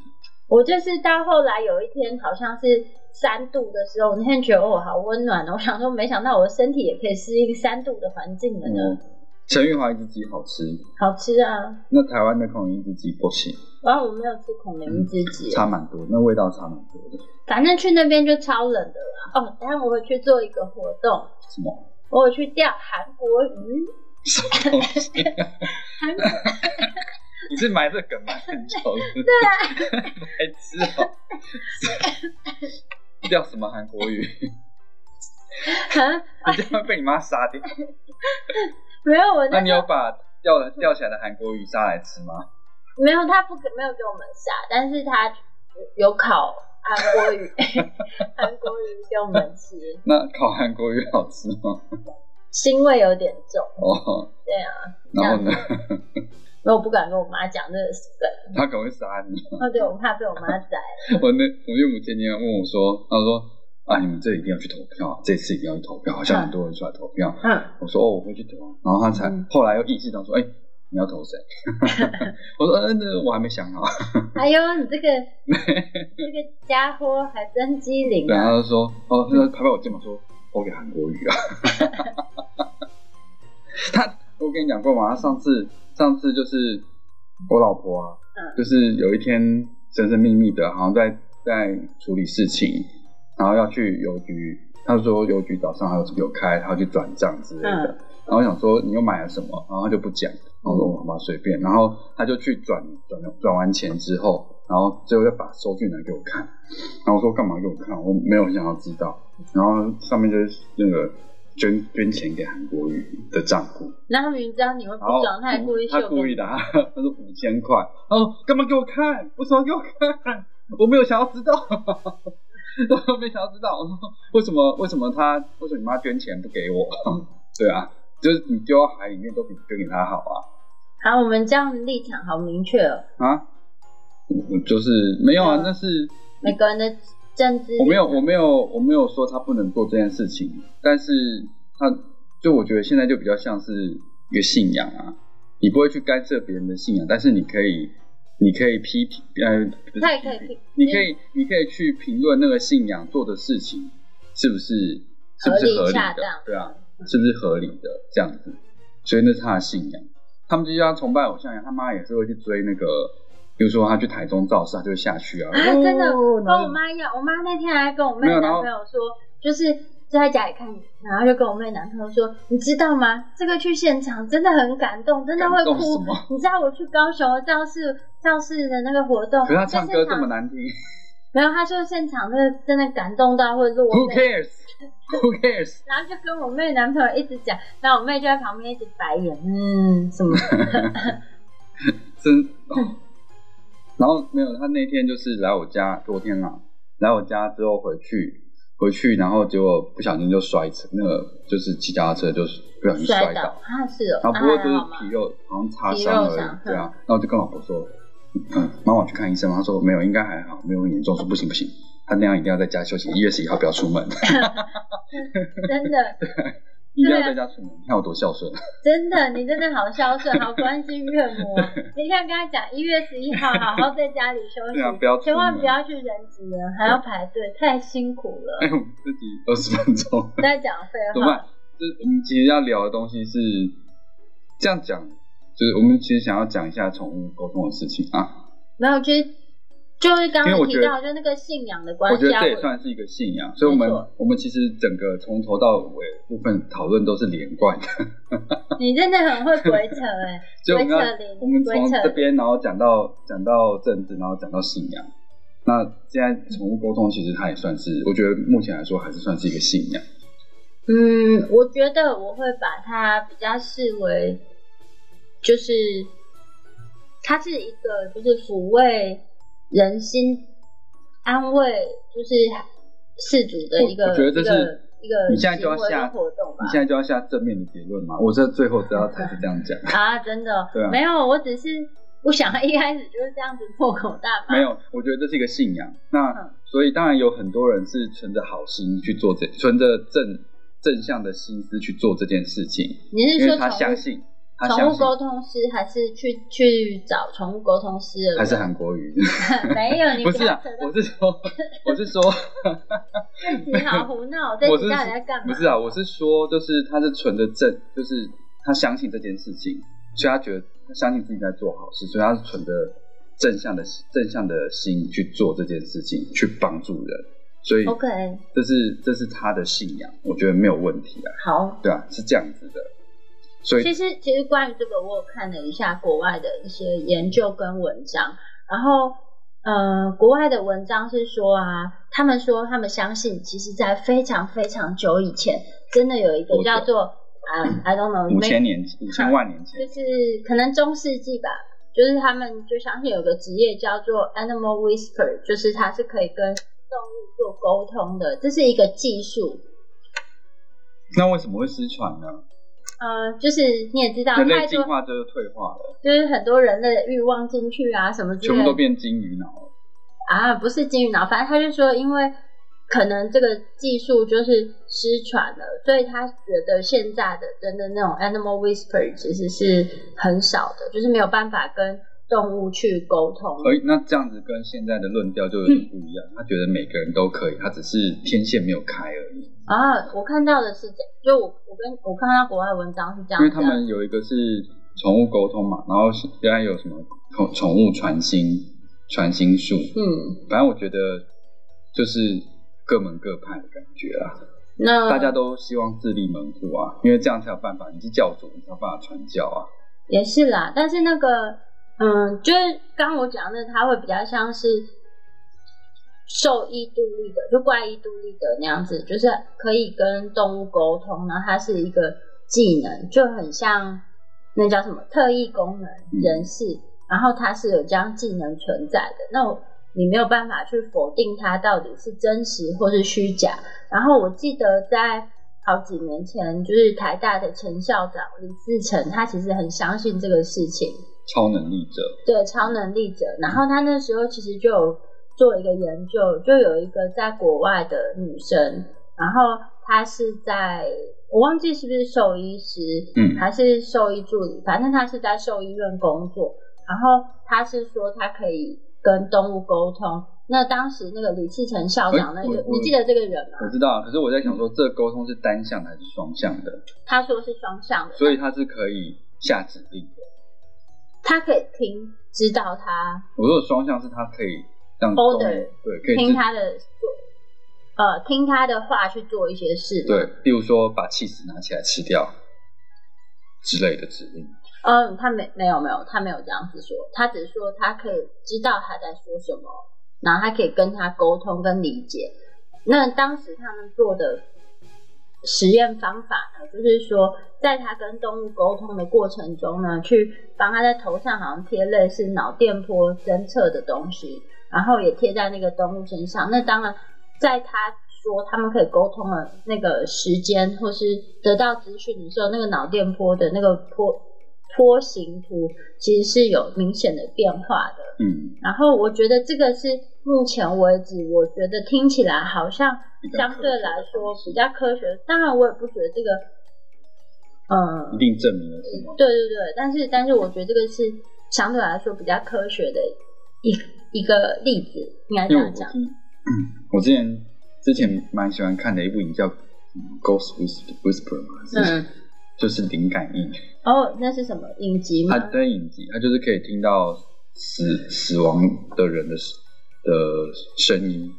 [SPEAKER 2] 我就是到后来有一天好像是三度的时候，我那天觉得哦好温暖哦，我想说没想到我的身体也可以适应三度的环境了呢，
[SPEAKER 1] 嗯，陈玉华一只鸡好吃，
[SPEAKER 2] 好吃啊！
[SPEAKER 1] 那台湾的孔明一只鸡不行，
[SPEAKER 2] 然后我没有吃孔明之己，
[SPEAKER 1] 嗯差蛮多，那味道差蛮多的。
[SPEAKER 2] 反正去那边就超冷的啦。哦，然后我会去做一个活动，
[SPEAKER 1] 什么？
[SPEAKER 2] 我有去钓韩国鱼，
[SPEAKER 1] 什么东西？啊
[SPEAKER 2] 韩国
[SPEAKER 1] 你是埋这梗埋很久了？对啊， 白痴哦、叫什么韩国语？
[SPEAKER 2] 啊
[SPEAKER 1] 你这样会被你妈杀掉。
[SPEAKER 2] 没有我
[SPEAKER 1] 那
[SPEAKER 2] 那
[SPEAKER 1] 啊你有把钓钓起来的韩国鱼杀来吃吗？
[SPEAKER 2] 没有他不给没有给我们下，但是他有烤韩 国鱼，韩国鱼给我们吃，
[SPEAKER 1] 那烤韩国鱼好吃吗？
[SPEAKER 2] 腥味有点重。
[SPEAKER 1] 哦，
[SPEAKER 2] 对啊，
[SPEAKER 1] 然后呢？
[SPEAKER 2] 我不敢跟我妈讲这个事梗，
[SPEAKER 1] 他可能会杀你。
[SPEAKER 2] 哦对，我怕被我妈 宰。
[SPEAKER 1] 我那我岳母前天问我说，她说啊，你们这一定要去投票啊，这次一定要去投票，好像很多人出来投票。
[SPEAKER 2] 嗯，
[SPEAKER 1] 我说哦，我会去投啊，然后他才、
[SPEAKER 2] 嗯
[SPEAKER 1] 后来又意识到说，哎、你要投谁？ 我说，嗯、那我还没想好。
[SPEAKER 2] 哎呦，你 这个这个家伙还真机灵
[SPEAKER 1] 对，
[SPEAKER 2] 啊！
[SPEAKER 1] 他就说，哦，他就拍拍我肩膀说，我给韩国语啊。 他，我跟你讲过吗？他上次，上次就是我老婆啊，
[SPEAKER 2] 嗯
[SPEAKER 1] 就是有一天神神秘秘的，好像在在处理事情，然后要去邮局，他说邮局早上还有有开，他要去转账之类的。
[SPEAKER 2] 嗯
[SPEAKER 1] 然后我想说你又买了什么，然后他就不讲，然后我说好吧随便，然后他就去转转转完钱之后，然后最后再把收据拿给我看，然后我说干嘛给我看，我没有想要知道，然后上面就是那个捐捐钱给韩国瑜的账户，
[SPEAKER 2] 然后明知道你会不
[SPEAKER 1] 然后
[SPEAKER 2] 爽，他还故意秀
[SPEAKER 1] 哦他
[SPEAKER 2] 给
[SPEAKER 1] 故意
[SPEAKER 2] 你。
[SPEAKER 1] 的，啊 他说五千块，他说干嘛给我看，为什么要给我看， 我没有想要知道。 我没想要知道， 我说为什么为什么他为什么你妈捐钱不给我？ 对啊，就是你丢到海里面都比丢给他好啊
[SPEAKER 2] 好，我们这样的立场好明确哦，
[SPEAKER 1] 啊！我我就是没有啊，
[SPEAKER 2] 嗯
[SPEAKER 1] 那是
[SPEAKER 2] 每个人的政治
[SPEAKER 1] 我没有我没有我没有说他不能做这件事情，但是他就我觉得现在就比较像是一个信仰啊，你不会去干涉别人的信仰，但是你可以你可以批评呃，不是
[SPEAKER 2] 他也可以
[SPEAKER 1] 批评
[SPEAKER 2] 批
[SPEAKER 1] 你可以你可以去评论那个信仰做的事情是不是是不是
[SPEAKER 2] 合
[SPEAKER 1] 合理
[SPEAKER 2] 理恰
[SPEAKER 1] 的
[SPEAKER 2] 当，
[SPEAKER 1] 对啊，是不是合理的这样子，所以那是他的信仰。他们就像崇拜偶像一样，他妈也是会去追那个，比如说他去台中造势，他就会下去啊。
[SPEAKER 2] 啊，真的
[SPEAKER 1] 哦
[SPEAKER 2] 跟我妈一样。我妈那天还跟我
[SPEAKER 1] 没
[SPEAKER 2] 妹
[SPEAKER 1] 有然
[SPEAKER 2] 男
[SPEAKER 1] 后
[SPEAKER 2] 朋友说，就是在家里看，然后就跟我妹男朋友说，你知道吗？这个去现场真的很感动，真的会
[SPEAKER 1] 感动
[SPEAKER 2] 哭
[SPEAKER 1] 什 么。
[SPEAKER 2] 你知道我去高雄的造势造势的那个活动，
[SPEAKER 1] 可是他
[SPEAKER 2] 在
[SPEAKER 1] 唱
[SPEAKER 2] 现
[SPEAKER 1] 歌
[SPEAKER 2] 场
[SPEAKER 1] 这么难听
[SPEAKER 2] 没有，他说现场真的真的感动到会落
[SPEAKER 1] ，Who
[SPEAKER 2] 泪，
[SPEAKER 1] cares？Who cares？
[SPEAKER 2] 然后就跟我妹男朋友一直讲，然后我妹就在旁边一直白眼，嗯，什么
[SPEAKER 1] 真、
[SPEAKER 2] 嗯
[SPEAKER 1] 哦。然后没有，他那天就是来我家，昨天啦，来我家之后回去，回去然后结果不小心就摔车，那个就是骑脚踏车就是不小心摔
[SPEAKER 2] 摔倒
[SPEAKER 1] 倒，
[SPEAKER 2] 啊，是哦，
[SPEAKER 1] 然后不过就
[SPEAKER 2] 那
[SPEAKER 1] 是
[SPEAKER 2] 还好嘛
[SPEAKER 1] 皮肉好像擦
[SPEAKER 2] 皮
[SPEAKER 1] 伤
[SPEAKER 2] 肉
[SPEAKER 1] 而
[SPEAKER 2] 伤
[SPEAKER 1] 已，对啊。然后我就跟老婆说，嗯，妈我去看医生吗？她说没有，应该还好，没有很严重。我说不行不行，她那样一定要在家休息，一月十一号不要出门，
[SPEAKER 2] 啊真的
[SPEAKER 1] 一定要在家出门。你看我多孝顺，
[SPEAKER 2] 真的，你真的好孝顺，好关心岳母 哦。你看，跟他讲一月十一号好好在家里休息，
[SPEAKER 1] 对啊不要出门
[SPEAKER 2] 千万不要去人挤人，还要排队，太辛苦
[SPEAKER 1] 哎
[SPEAKER 2] 了。
[SPEAKER 1] 呦，我们自己二十分 钟。
[SPEAKER 2] 在讲废
[SPEAKER 1] 怎么
[SPEAKER 2] 话
[SPEAKER 1] 办，？就是我们其实要聊的东西是这样讲，就是我们其实想要讲一下宠物沟通的事情啊。
[SPEAKER 2] 没有，其实就是刚
[SPEAKER 1] 因为
[SPEAKER 2] 刚
[SPEAKER 1] 我
[SPEAKER 2] 提
[SPEAKER 1] 觉得
[SPEAKER 2] 到，就那个信仰的
[SPEAKER 1] 我
[SPEAKER 2] 关
[SPEAKER 1] 觉
[SPEAKER 2] 系
[SPEAKER 1] 得
[SPEAKER 2] 啊，
[SPEAKER 1] 这也
[SPEAKER 2] 我
[SPEAKER 1] 算是一个信仰，所以我们
[SPEAKER 2] 没错
[SPEAKER 1] 我们其实整个从头到尾部分讨论都是连贯 的，
[SPEAKER 2] 你真的很会鬼扯哎、
[SPEAKER 1] 就我们要
[SPEAKER 2] 鬼扯铃
[SPEAKER 1] 我们从
[SPEAKER 2] 鬼扯
[SPEAKER 1] 这边然后讲到讲到政治，然后讲到信仰。那现在宠物沟通其实它也算是，我觉得目前来说还是算是一个信仰。
[SPEAKER 2] 嗯，我觉得我会把它比较视为，就是它是一个就是抚慰人心、安慰就是事主的一个
[SPEAKER 1] 我我觉得这
[SPEAKER 2] 一
[SPEAKER 1] 是
[SPEAKER 2] 个一个
[SPEAKER 1] 你现在就要
[SPEAKER 2] 行为
[SPEAKER 1] 下
[SPEAKER 2] 跟活动吧
[SPEAKER 1] 你现在就要下正面的结论吗？我这最后知道才是这样讲。
[SPEAKER 2] 啊，真的、
[SPEAKER 1] 对啊
[SPEAKER 2] 没有，我只是不想要一开始就是这样子破口大 骂。
[SPEAKER 1] 没有，我觉得这是一个信仰。那、
[SPEAKER 2] 嗯
[SPEAKER 1] 所以当然有很多人是存着好心去做这，存着正正向的心思去做这件事情，
[SPEAKER 2] 你
[SPEAKER 1] 因
[SPEAKER 2] 是
[SPEAKER 1] 为
[SPEAKER 2] 说
[SPEAKER 1] 他
[SPEAKER 2] 宠
[SPEAKER 1] 相
[SPEAKER 2] 物
[SPEAKER 1] 信，他
[SPEAKER 2] 宠
[SPEAKER 1] 相
[SPEAKER 2] 物
[SPEAKER 1] 信
[SPEAKER 2] 沟通师，还是去去找宠物沟通师的人？
[SPEAKER 1] 还是韩国语。
[SPEAKER 2] 没有？你
[SPEAKER 1] 不
[SPEAKER 2] 要
[SPEAKER 1] 是啊
[SPEAKER 2] 扯，到
[SPEAKER 1] 我是说，我是说，
[SPEAKER 2] 你好胡闹，这
[SPEAKER 1] 我
[SPEAKER 2] 集
[SPEAKER 1] 是
[SPEAKER 2] 到 底在干嘛？
[SPEAKER 1] 不是啊，我是说，就是他是存着正，就是他相信这件事情，所以他觉得他相信自己在做好事，所以他是存着正向的正向的心去做这件事情，去帮助人。所以
[SPEAKER 2] OK，
[SPEAKER 1] 这是这是他的信仰，我觉得没有问题啊，
[SPEAKER 2] 好。
[SPEAKER 1] 对啊，是这样子的。所以
[SPEAKER 2] 其实其实关于这个，我有看了一下国外的一些研究跟文章，然后呃，国外的文章是说啊，他们说他们相信，其实在非常非常久以前，真的有一个
[SPEAKER 1] 多久
[SPEAKER 2] 叫做啊、i don't know，
[SPEAKER 1] 五千
[SPEAKER 2] 没
[SPEAKER 1] 年五千万年前
[SPEAKER 2] 就，是可能中世纪吧，就是他们就相信有个职业叫做 animal whisper，就是它是可以跟动物做沟通的，这是一个技术。
[SPEAKER 1] 那为什么会失传呢？
[SPEAKER 2] 呃，就是你也知道，
[SPEAKER 1] 人类
[SPEAKER 2] 啊太
[SPEAKER 1] 进
[SPEAKER 2] 多
[SPEAKER 1] 化就是退化了，
[SPEAKER 2] 就是很多人类的欲望进去啊，什么之
[SPEAKER 1] 全
[SPEAKER 2] 类
[SPEAKER 1] 部
[SPEAKER 2] 的
[SPEAKER 1] 都变金鱼脑了。
[SPEAKER 2] 啊，不是金鱼脑，反正他就说，因为可能这个技术就是失传了，所以他觉得现在的真的那种 animal whisper 其实是很少的，就是没有办法跟动物去沟通。
[SPEAKER 1] 而那这样子跟现在的论调就有点不一样，他觉得每个人都可以，他只是天线没有开而已。
[SPEAKER 2] 啊，我看到的是这样，就我我跟我看到国外文章是这样
[SPEAKER 1] 因为
[SPEAKER 2] 子的，
[SPEAKER 1] 他们有一个是宠物沟通嘛，然后是原来有什么宠宠物传心传心术，
[SPEAKER 2] 嗯，
[SPEAKER 1] 反正我觉得就是各门各派的感觉啊。
[SPEAKER 2] 那
[SPEAKER 1] 大家都希望自立门户啊，因为这样才有办法。你是教主，你才有办法传教啊。
[SPEAKER 2] 也是啦，但是那个，嗯，就是刚我讲的，它会比较像是兽医独立的，就怪医独立的那样子，就是可以跟动物沟通，然后它是一个技能，就很像那叫什么特异功能人士，然后它是有这样技能存在的，那我你没有办法去否定它到底是真实或是虚假。然后我记得在好几年前，就是台大的前校长李自成，他其实很相信这个事情，
[SPEAKER 1] 超能力者，
[SPEAKER 2] 对超能力者。然后他那时候其实就有做一个研究，就有一个在国外的女生，然后她是在我忘记是不是兽医师，
[SPEAKER 1] 嗯
[SPEAKER 2] 还是兽医助理，反正她是在兽医院工作。然后她是说她可以跟动物沟通。那当时那个李志成校长，那
[SPEAKER 1] 哎我
[SPEAKER 2] 个
[SPEAKER 1] 我
[SPEAKER 2] 你记得这个人吗？
[SPEAKER 1] 我知道啊。可是我在想说，这个沟通是单向的还是双向的？
[SPEAKER 2] 他说是双向的，
[SPEAKER 1] 所以它是可以下指令的。
[SPEAKER 2] 他可以听知道他
[SPEAKER 1] 我说的双向是它可以让
[SPEAKER 2] Order，
[SPEAKER 1] 动物对，可以
[SPEAKER 2] 听
[SPEAKER 1] 自
[SPEAKER 2] 他的呃听他的话去做一些事。
[SPEAKER 1] 对，，例如说把气死拿起来吃掉之类的指令。
[SPEAKER 2] 嗯，他没没有没有，他没有这样子说，他只是说他可以知道他在说什么，然后他可以跟他沟通跟理解。那当时他们做的实验方法呢，就是说，在他跟动物沟通的过程中呢，去帮他在头上好像贴类似脑电波侦测的东西，然后也贴在那个动物身上。那当然，在他说他们可以沟通的那个时间，或是得到资讯的时候，那个脑电波的那个波波形图其实是有明显的变化的。
[SPEAKER 1] 嗯，
[SPEAKER 2] 然后我觉得这个是目前为止，我觉得听起来好像
[SPEAKER 1] 比较
[SPEAKER 2] 相
[SPEAKER 1] 科学
[SPEAKER 2] 对
[SPEAKER 1] 的
[SPEAKER 2] 来说
[SPEAKER 1] 方式
[SPEAKER 2] 比较科学。当然，我也不觉得这个，呃，
[SPEAKER 1] 一定证明了什么？
[SPEAKER 2] 对对对，但是但是我觉得这个是相对来说比较科学的一一个例子，应该这
[SPEAKER 1] 因为我
[SPEAKER 2] 样
[SPEAKER 1] 我
[SPEAKER 2] 讲。
[SPEAKER 1] 听，嗯我之前之前蛮喜欢看的一部影叫《Ghost Whisper- Whisper》嘛，是
[SPEAKER 2] 嗯，
[SPEAKER 1] 就是灵感应，
[SPEAKER 2] 哦，那是什么影集吗
[SPEAKER 1] 它？在影集，它就是可以听到死死亡的人的的声 音。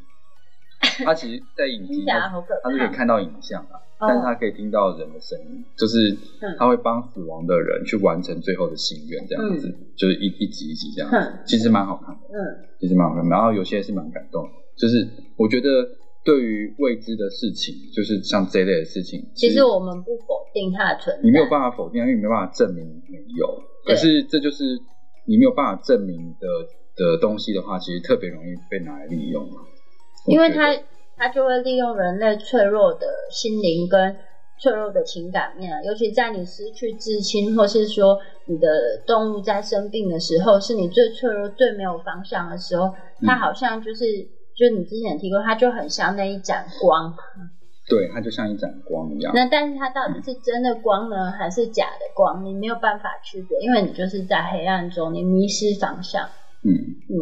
[SPEAKER 1] 它其实，在影
[SPEAKER 2] 听
[SPEAKER 1] 集
[SPEAKER 2] 起来好可
[SPEAKER 1] 它是可以
[SPEAKER 2] 怕。
[SPEAKER 1] 看到影像啊，
[SPEAKER 2] 哦
[SPEAKER 1] 但是它可以听到人的声音，就是
[SPEAKER 2] 嗯
[SPEAKER 1] 它会帮死亡的人去完成最后的心愿，这样子，就是一一集一集这样子
[SPEAKER 2] 嗯，
[SPEAKER 1] 其实蛮好看的。
[SPEAKER 2] 嗯
[SPEAKER 1] 其实蛮好看的。然后有些是蛮感动的，就是我觉得对于未知的事情，就是像这一类的事情，
[SPEAKER 2] 其实我们不否定它的存在，
[SPEAKER 1] 你没有办法否定，因为你没办法证明没有。
[SPEAKER 2] 对
[SPEAKER 1] 可是这就是你没有办法证明的的东西的话，其实特别容易被拿来利用嘛。
[SPEAKER 2] 因为
[SPEAKER 1] 我觉得
[SPEAKER 2] 他他就会利用人类脆弱的心灵跟脆弱的情感面啊，尤其在你失去至亲，或是说你的动物在生病的时候，是你最脆弱、最没有方向的时候，它
[SPEAKER 1] 嗯
[SPEAKER 2] 好像就是，就你之前也提过，它就很像那一盏光。
[SPEAKER 1] 对，它就像一盏光一样。
[SPEAKER 2] 那但是它到底是真的光呢，还是假的光？你没有办法区别，因为你就是在黑暗中，你迷失方向。
[SPEAKER 1] 嗯，
[SPEAKER 2] 嗯，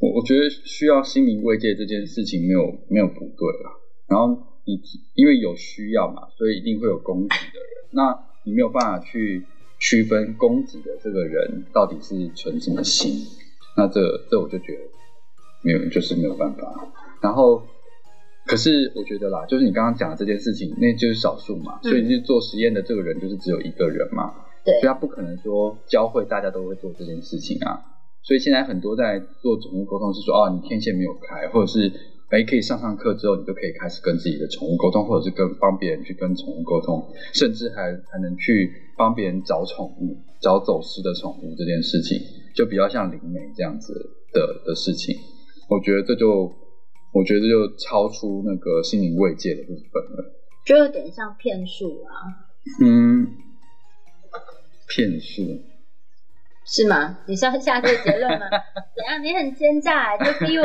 [SPEAKER 1] 我我觉得需要心灵慰藉这件事情没有没有不对啦。然后你因为有需要嘛，所以一定会有供给的人。那你没有办法去区分供给的这个人到底是存什么心，那这这我就觉得没有，就是没有办法。然后，可是我觉得啦，就是你刚刚讲的这件事情，那就是少数嘛，
[SPEAKER 2] 嗯
[SPEAKER 1] 所以你去做实验的这个人就是只有一个人嘛，
[SPEAKER 2] 对
[SPEAKER 1] 所以他不可能说教会大家都会做这件事情啊。所以现在很多在做宠物沟通是说，哦，你天线没有开，或者是哎，可以上上课之后，你就可以开始跟自己的宠物沟通，或者是跟帮别人去跟宠物沟通，甚至还还能去帮别人找宠物、找走失的宠物这件事情，就比较像灵媒这样子的的事情。我觉得这就，我觉得这就超出那个心灵慰藉的部分了。
[SPEAKER 2] 就有点像骗术啊，
[SPEAKER 1] 嗯，骗术。
[SPEAKER 2] 是吗？你是要下这个结 论吗？怎样？你很奸诈、欸，就逼我，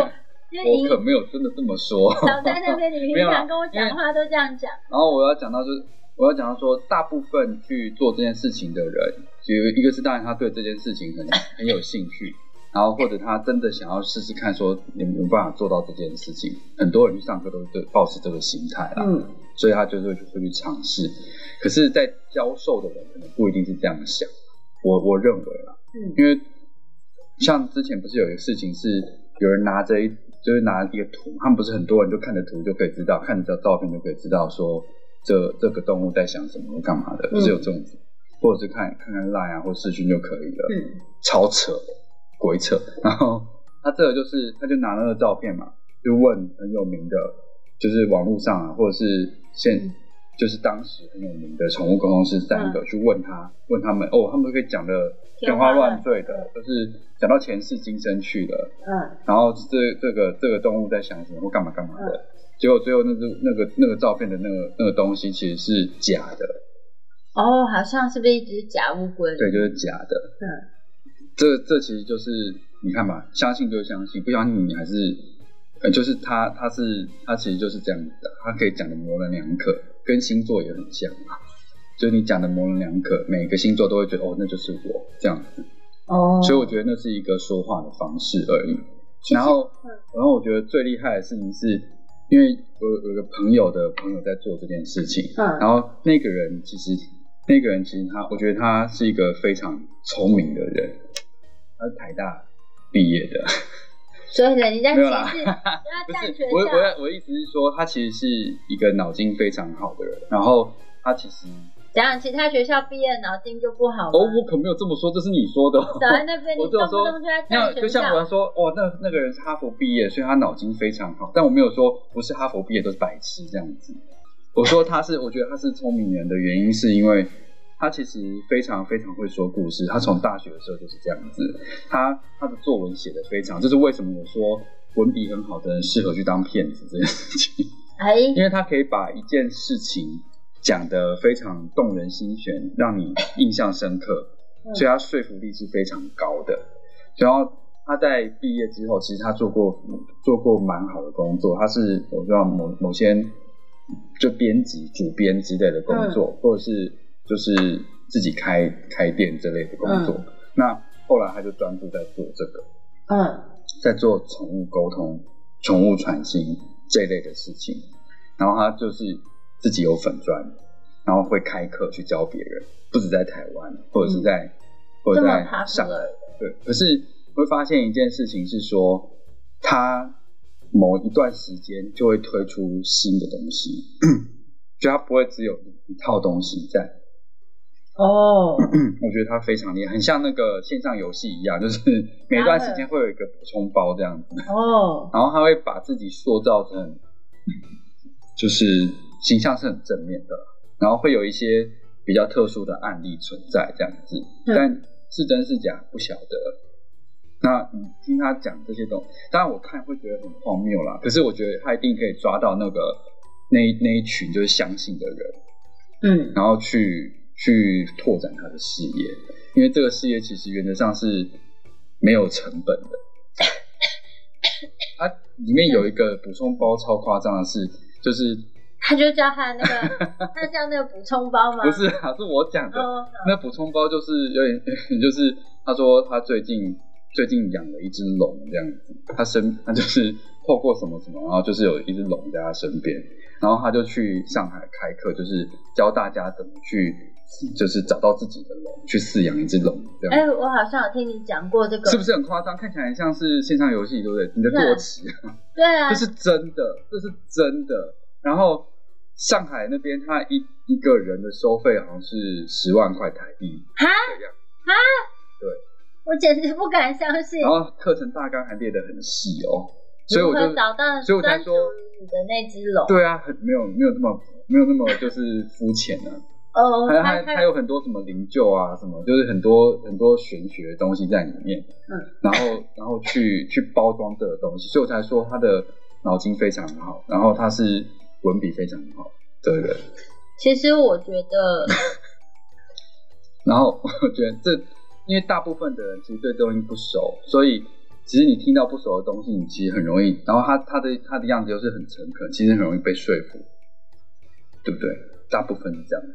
[SPEAKER 2] 就是
[SPEAKER 1] 我
[SPEAKER 2] 因
[SPEAKER 1] 可没有真的这么说。
[SPEAKER 2] 早在那边，你平常跟我讲话都这样讲，
[SPEAKER 1] 然后我要讲到就是，我要讲到说，大部分去做这件事情的人，其实一个是当然他对这件事情很很有兴趣，然后或者他真的想要试试看说有没有办法做到这件事情。很多人去上课都是对抱持这个心态啦，
[SPEAKER 2] 嗯，
[SPEAKER 1] 所以他就是会去会去尝试。可是，在教授的人可能不一定是这样想，我我认为啦，
[SPEAKER 2] 嗯
[SPEAKER 1] 因为像之前不是有一个事情是有人拿着一就是拿一个图，他们不是很多人就看着图就可以知道，看着照片就可以知道说这这个动物在想什么干嘛的，不是有这种，或者是看看看 line 啊或视讯就可以了，
[SPEAKER 2] 嗯，
[SPEAKER 1] 超扯的，鬼扯。 然后他这个就是他就拿那个照片嘛，就问很有名的，就是网络上啊，或者是现、
[SPEAKER 2] 嗯
[SPEAKER 1] 就是当时很有名的宠物沟通师三个、去问他，问他们哦，他们可以讲的嗯天花乱坠的，就是讲到前世今生去了，
[SPEAKER 2] 嗯，
[SPEAKER 1] 然后这这个这个动物在想什么或干嘛干嘛的，结果最后那只那个那个照片的那个那个东西其实是假的，
[SPEAKER 2] 哦，好像是不是一只假乌龟？
[SPEAKER 1] 对，就是假的。
[SPEAKER 2] 嗯，
[SPEAKER 1] 这这其实就是你看吧，相信就是相信，不相信你还是，呃，就是他他是他其实就是这样子的，他可以讲的模棱两可，跟星座也很像啊。就是你讲的模棱两可，每个星座都会觉得哦，那就是我这样子，
[SPEAKER 2] 哦，
[SPEAKER 1] 所以我觉得那是一个说话的方式而已。
[SPEAKER 2] 其实
[SPEAKER 1] 然后
[SPEAKER 2] 嗯，
[SPEAKER 1] 然后我觉得最厉害的事情是，因为我有有个朋友的朋友在做这件事情，
[SPEAKER 2] 嗯
[SPEAKER 1] 然后那个人其实，那个人其实他，我觉得他是一个非常聪明的人，他是台大毕业的，
[SPEAKER 2] 所以人家
[SPEAKER 1] 没
[SPEAKER 2] 歧
[SPEAKER 1] 有啦
[SPEAKER 2] 视，人 家
[SPEAKER 1] 不
[SPEAKER 2] 占
[SPEAKER 1] 是
[SPEAKER 2] 学
[SPEAKER 1] 我我
[SPEAKER 2] 校，
[SPEAKER 1] 的我的意思是说，他其实是一个脑筋非常好的人，然后他其实，
[SPEAKER 2] 怎样？其他学校毕业脑筋就不好
[SPEAKER 1] 哦，
[SPEAKER 2] 吗？
[SPEAKER 1] 我可没有这么说，这是你说的哦、
[SPEAKER 2] 早在那边，你
[SPEAKER 1] 我只有
[SPEAKER 2] 动不
[SPEAKER 1] 说
[SPEAKER 2] 动就在，
[SPEAKER 1] 那
[SPEAKER 2] 占
[SPEAKER 1] 就
[SPEAKER 2] 学
[SPEAKER 1] 像我
[SPEAKER 2] 校，
[SPEAKER 1] 说，哦，那那个人是哈佛毕业，所以他脑筋非常好，但我没有说不是哈佛毕业都是白痴这样子。我说他是，我觉得他是聪明人的原因，是因为他其实非常非常会说故事。他从大学的时候就是这样子，他他的作文写的非常，这是为什么我说文笔很好的人适合去当骗子这件事情。
[SPEAKER 2] 哎，
[SPEAKER 1] 因为他可以把一件事情讲得非常动人心弦，让你印象深刻，
[SPEAKER 2] 嗯
[SPEAKER 1] 所以他说服力是非常高的。然后他在毕业之后，其实他做过做过蛮好的工作，他是我知道某某些就编辑、主编之类的工作，或者是就是自己开开店之类的工作。那后来他就专注在做这个，
[SPEAKER 2] 嗯，
[SPEAKER 1] 在做宠物沟通、宠物传心这一类的事情，然后他就是自己有粉砖，然后会开课去教别人，不止在台湾，或者是在、或者
[SPEAKER 2] 嗯这么
[SPEAKER 1] 在上
[SPEAKER 2] popular，
[SPEAKER 1] 对，可是会发现一件事情是说，他某一段时间就会推出新的东西，就他不会只有一套东西在，
[SPEAKER 2] 哦，
[SPEAKER 1] 我觉得他非常厉害，很像那个线上游戏一样，就是 每段时间会有一个补充包这样子。
[SPEAKER 2] 哦，
[SPEAKER 1] 然后他会把自己塑造成， 就是形象是很正面的，然后会有一些比较特殊的案例存在这样子，
[SPEAKER 2] 嗯
[SPEAKER 1] 但是真是假不晓得。那你听他讲这些东西，当然我看会觉得很荒谬啦，可是我觉得他一定可以抓到那个那一那一群就是相信的人，
[SPEAKER 2] 嗯
[SPEAKER 1] 然后去去拓展他的事业，因为这个事业其实原则上是没有成本的。它、里面有一个补充包超夸张的是，就是
[SPEAKER 2] 他就叫他 那个，他叫那个补充包吗？
[SPEAKER 1] 不是啊，是我讲的。
[SPEAKER 2] 哦，
[SPEAKER 1] 那补充包就是有点， 就是他说他最近最近养了一只龙这样子，他身他就是透过什么什么，然后就是有一只龙在他身边，然后他就去上海开课，就是教大家怎么去，就是找到自己的龙，去饲养一只龙这样。
[SPEAKER 2] 哎、我好像有听你讲过这个，
[SPEAKER 1] 是不是很夸张？看起来很像是线上游戏，对不对？你的坐骑，
[SPEAKER 2] 对啊
[SPEAKER 1] 这，是真的，这是真的。然后上海那边，他一一个人的收费好像是十万块台币
[SPEAKER 2] 哈
[SPEAKER 1] 这样。
[SPEAKER 2] 我简直不敢相信。
[SPEAKER 1] 然后课程大纲还列得很细哦，所以
[SPEAKER 2] 如
[SPEAKER 1] 我
[SPEAKER 2] 何
[SPEAKER 1] 就
[SPEAKER 2] 找到
[SPEAKER 1] 所以我才
[SPEAKER 2] 专属
[SPEAKER 1] 说
[SPEAKER 2] 于你的那只龙？
[SPEAKER 1] 对啊，很没有没有那么没有那么就是肤浅啊，
[SPEAKER 2] 哦，
[SPEAKER 1] 还
[SPEAKER 2] 他
[SPEAKER 1] 还还有很多什么灵柩啊什么，就是很多很多玄学的东西在里面，
[SPEAKER 2] 嗯，
[SPEAKER 1] 然后然后去去包装这个东西，所以我才说他的脑筋非常好，然后他是文笔非常好的人，
[SPEAKER 2] 其实我觉 得，
[SPEAKER 1] 然后我觉得这，因为大部分的人其实对这东西不熟，所以其实你听到不熟的东西，你其实很容易。然后他他的他的样子又是很诚恳，其实很容易被说服，对不对？大部分是这样。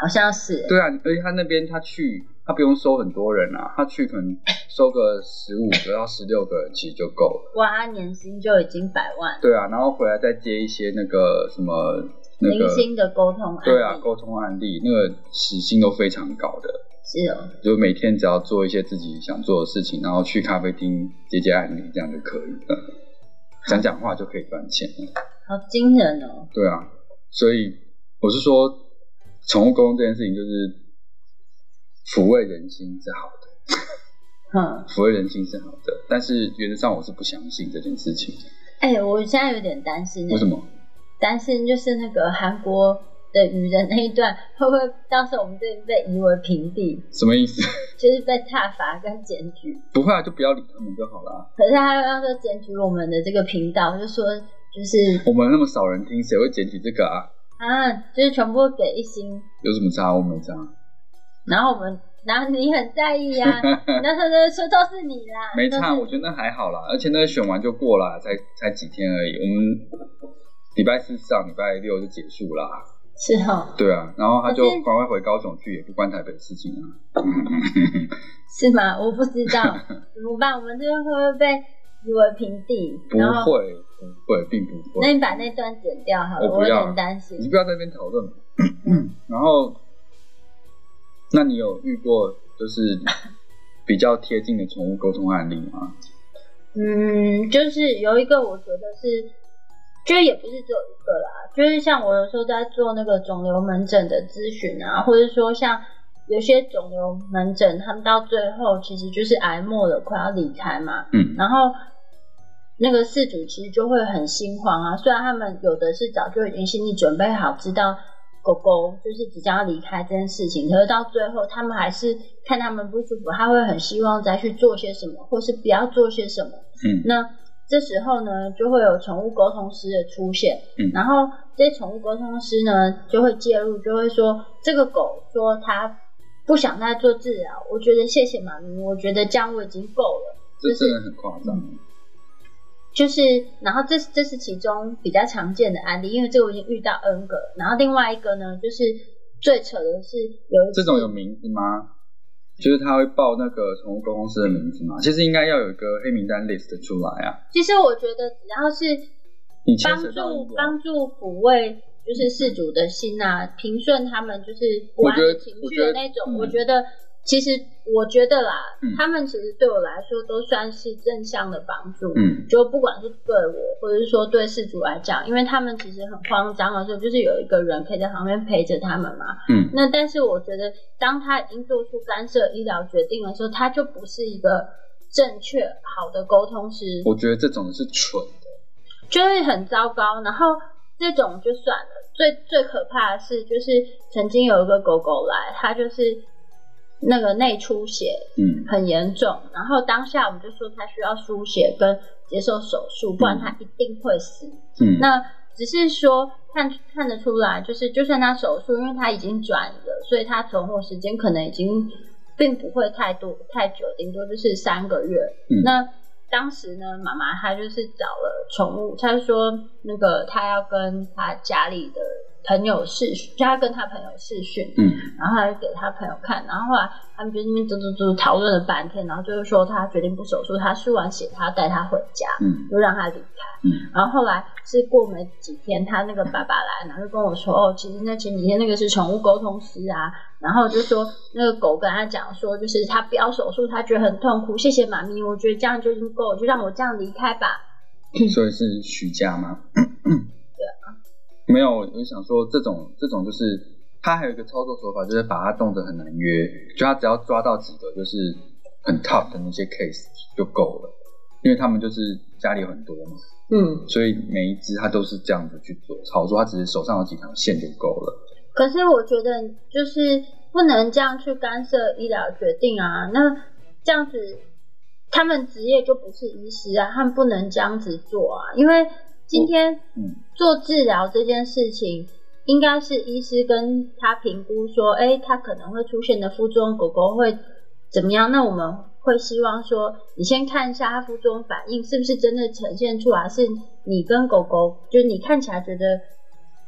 [SPEAKER 2] 好像是
[SPEAKER 1] 对啊，而且他那边他去，他不用收很多人啊，他去可能收个十五个到十六个人其实就够了。
[SPEAKER 2] 哇，啊年薪就已经百万，
[SPEAKER 1] 对啊，然后回来再接一些那个什么那
[SPEAKER 2] 零
[SPEAKER 1] 个，
[SPEAKER 2] 星的沟通案例
[SPEAKER 1] 对啊，沟通案例，那个时薪都非常高的。
[SPEAKER 2] 是哦，
[SPEAKER 1] 就每天只要做一些自己想做的事情，然后去咖啡厅接接案例，这样就可以了。讲讲话就可以赚钱了。
[SPEAKER 2] 好惊人哦。
[SPEAKER 1] 对啊，所以我是说，宠物沟通这件事情就是抚慰人心是好的，
[SPEAKER 2] 哼，
[SPEAKER 1] 抚慰人心是好的，但是原则上我是不相信这件事情。
[SPEAKER 2] 哎、我现在有点担心、欸
[SPEAKER 1] 为什？么？
[SPEAKER 2] 担心就是那个韩国的愚人那一段，会不会到时候我们这里被夷为平地，
[SPEAKER 1] 什么意思？
[SPEAKER 2] 就是被踏伐跟检举？
[SPEAKER 1] 不会啊，就不要理他们就好啦。
[SPEAKER 2] 可是他又要说检举我们的这个频道，就说就是
[SPEAKER 1] 我们那么少人听，谁会检举这个啊？
[SPEAKER 2] 啊，就是全部给一星，
[SPEAKER 1] 有什么差？我没差。
[SPEAKER 2] 然后我们，然后你很在意 啊，你那时候就说都是你 啦，
[SPEAKER 1] 没
[SPEAKER 2] 都
[SPEAKER 1] 差，
[SPEAKER 2] 是
[SPEAKER 1] 我觉得那还好啦，而且那个选完就过啦，才才几天而已。我们礼拜四上，礼拜六就结束啦。
[SPEAKER 2] 是哦哈，
[SPEAKER 1] 对啊，然后他就
[SPEAKER 2] 可是
[SPEAKER 1] 赶快回高雄去，也不关台北事情啊。
[SPEAKER 2] 是吗？我不知 道怎么办，我们这边会不会被夷为平地？
[SPEAKER 1] 不
[SPEAKER 2] 然后，
[SPEAKER 1] 会，不会，并不
[SPEAKER 2] 那
[SPEAKER 1] 会。
[SPEAKER 2] 你把那段剪掉好了，
[SPEAKER 1] 我
[SPEAKER 2] 我
[SPEAKER 1] 不要
[SPEAKER 2] 有点担心
[SPEAKER 1] 你。不要在那边讨论 嘛。然后，那你有遇过就是比较贴近的宠物沟通案例吗？
[SPEAKER 2] 嗯，就是有一个我觉得是，就是也不是只有一个啦，就是像我有时候在做那个肿瘤门诊的咨询啊，或者说像有些肿瘤门诊，他们到最后其实就是癌末了，快要离开嘛，
[SPEAKER 1] 嗯
[SPEAKER 2] 然后那个事主其实就会很心慌啊，虽然他们有的是早就已经心里准备好，知道。狗狗就是即将要离开这件事情，可是到最后，他们还是看他们不舒服，他会很希望再去做些什么，或是不要做些什么。
[SPEAKER 1] 嗯
[SPEAKER 2] 那这时候呢，就会有宠物沟通师的出现，
[SPEAKER 1] 嗯
[SPEAKER 2] 然后这些宠物沟通师呢就会介入，就会说这个狗说它不想再做治疗，我觉得谢谢妈咪，我觉得这样我已经够了，
[SPEAKER 1] 这真的很夸张。
[SPEAKER 2] 嗯就是然后这是这是其中比较常见的案例，因为这个我已经遇到 N 个了，然后另外一个呢就是最扯的是有一
[SPEAKER 1] 这
[SPEAKER 2] 次
[SPEAKER 1] 种有名字吗？就是他会报那个宠物公司的名字吗？其实应该要有一个黑名单 list 出来啊。
[SPEAKER 2] 其实我觉得只要是
[SPEAKER 1] 你牵
[SPEAKER 2] 帮
[SPEAKER 1] 扯到一
[SPEAKER 2] 助
[SPEAKER 1] 个
[SPEAKER 2] 帮助抚慰，就是事主的心啊，平顺他们就是不
[SPEAKER 1] 我
[SPEAKER 2] 安
[SPEAKER 1] 觉得
[SPEAKER 2] 情
[SPEAKER 1] 我
[SPEAKER 2] 绪
[SPEAKER 1] 觉得
[SPEAKER 2] 的那种。
[SPEAKER 1] 嗯
[SPEAKER 2] 我觉得其实我觉得啦，
[SPEAKER 1] 嗯
[SPEAKER 2] 他们其实对我来说都算是正向的帮助。
[SPEAKER 1] 嗯
[SPEAKER 2] 就不管是对我，或者是说对事主来讲，因为他们其实很慌张的时候，就是有一个人可以在旁边陪着他们嘛。
[SPEAKER 1] 嗯
[SPEAKER 2] 那但是我觉得，当他已经做出干涉医疗决定的时候，他就不是一个正确好的沟通师。
[SPEAKER 1] 我觉得这种是蠢的，
[SPEAKER 2] 就会很糟糕。然后这种就算了，最最可怕的是，就是曾经有一个狗狗来，它就是那个内出血
[SPEAKER 1] 嗯
[SPEAKER 2] 很严重，然后当下我们就说它需要输血跟接受手术，不然它一定会死。
[SPEAKER 1] 嗯，
[SPEAKER 2] 那只是说看看得出来，就是就算他手术，因为他已经转了，所以他存活时间可能已经并不会太多太久，顶多就是三个月。
[SPEAKER 1] 嗯
[SPEAKER 2] 那当时呢，妈妈她就是找了宠物，她就说那个她要跟她家里的朋友试训，就她跟她朋友试训，
[SPEAKER 1] 嗯
[SPEAKER 2] 然后他就给他朋友看，然后后来他们就在那边嘟嘟嘟讨论了半天，然后最后说他决定不手术，他输完血，他要带他回家，
[SPEAKER 1] 嗯
[SPEAKER 2] 就让他离开。
[SPEAKER 1] 嗯
[SPEAKER 2] 然后后来是过没几天，他那个爸爸来，然后就跟我说，哦，其实那前几天那个是宠物沟通师啊，然后就说那个狗跟他讲说，就是他不要手术，他觉得很痛苦，谢谢妈咪，我觉得这样就已经够了，就让我这样离开吧。
[SPEAKER 1] 所以是许家吗？对啊。没有，我就想说这种这种就是他还有一个操作手法，就是把它弄得很难约，就他只要抓到几个就是很 top 的那些 case 就够了，因为他们就是家里有很多嘛，
[SPEAKER 2] 嗯，
[SPEAKER 1] 所以每一只他都是这样子去做操作，他只是手上有几条线就够了。
[SPEAKER 2] 可是我觉得就是不能这样去干涉医疗决定啊。那这样子，他们职业就不是医师啊，他们不能这样子做啊。因为今天
[SPEAKER 1] 嗯
[SPEAKER 2] 做治疗这件事情，应该是医师跟他评估说，哎、他可能会出现的副作用，狗狗会呃怎么样？那我们会希望说，你先看一下它副作用反应是不是真的呈现出来，是你跟狗狗，就是你看起来觉得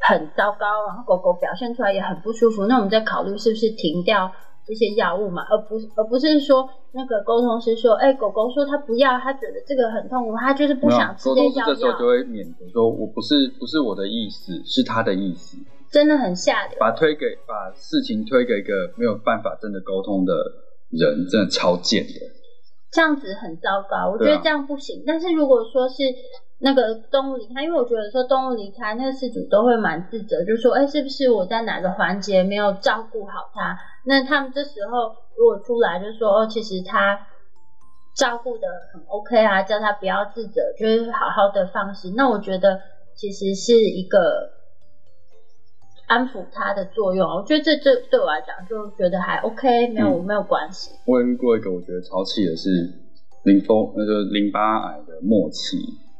[SPEAKER 2] 很糟糕，然后狗狗表现出来也很不舒服，那我们再考虑是不是停掉这些药物嘛，而不是而不是说那个沟通师说，哎、狗狗说它不要，它觉得这个很痛苦，它就是不
[SPEAKER 1] 没有
[SPEAKER 2] 想吃
[SPEAKER 1] 沟
[SPEAKER 2] 这
[SPEAKER 1] 通师
[SPEAKER 2] 些药
[SPEAKER 1] 这时候就
[SPEAKER 2] 药，
[SPEAKER 1] 会免责说，我不是不是我的意思，是他的意思。
[SPEAKER 2] 真的很下流。
[SPEAKER 1] 把推给把事情推给一个没有办法真的沟通的人，真的超贱的。
[SPEAKER 2] 这样子很糟糕，我觉
[SPEAKER 1] 对
[SPEAKER 2] 得
[SPEAKER 1] 啊
[SPEAKER 2] 这样不行。但是如果说是那个动物离开，因为我觉得说动物离开，那个事主都会蛮自责，就说哎、诶是不是我在哪个环节没有照顾好它？那他们这时候如果出来就说哦，其实他照顾的很 OK 啊，叫他不要自责，就是好好的放心。那我觉得其实是一个安抚他的作用啊。我觉得这这对我来讲就觉得还 OK，没有、
[SPEAKER 1] 嗯
[SPEAKER 2] 没有关系。
[SPEAKER 1] 我也遇过一个我觉得超气的是呃淋风，那个淋巴癌的末期，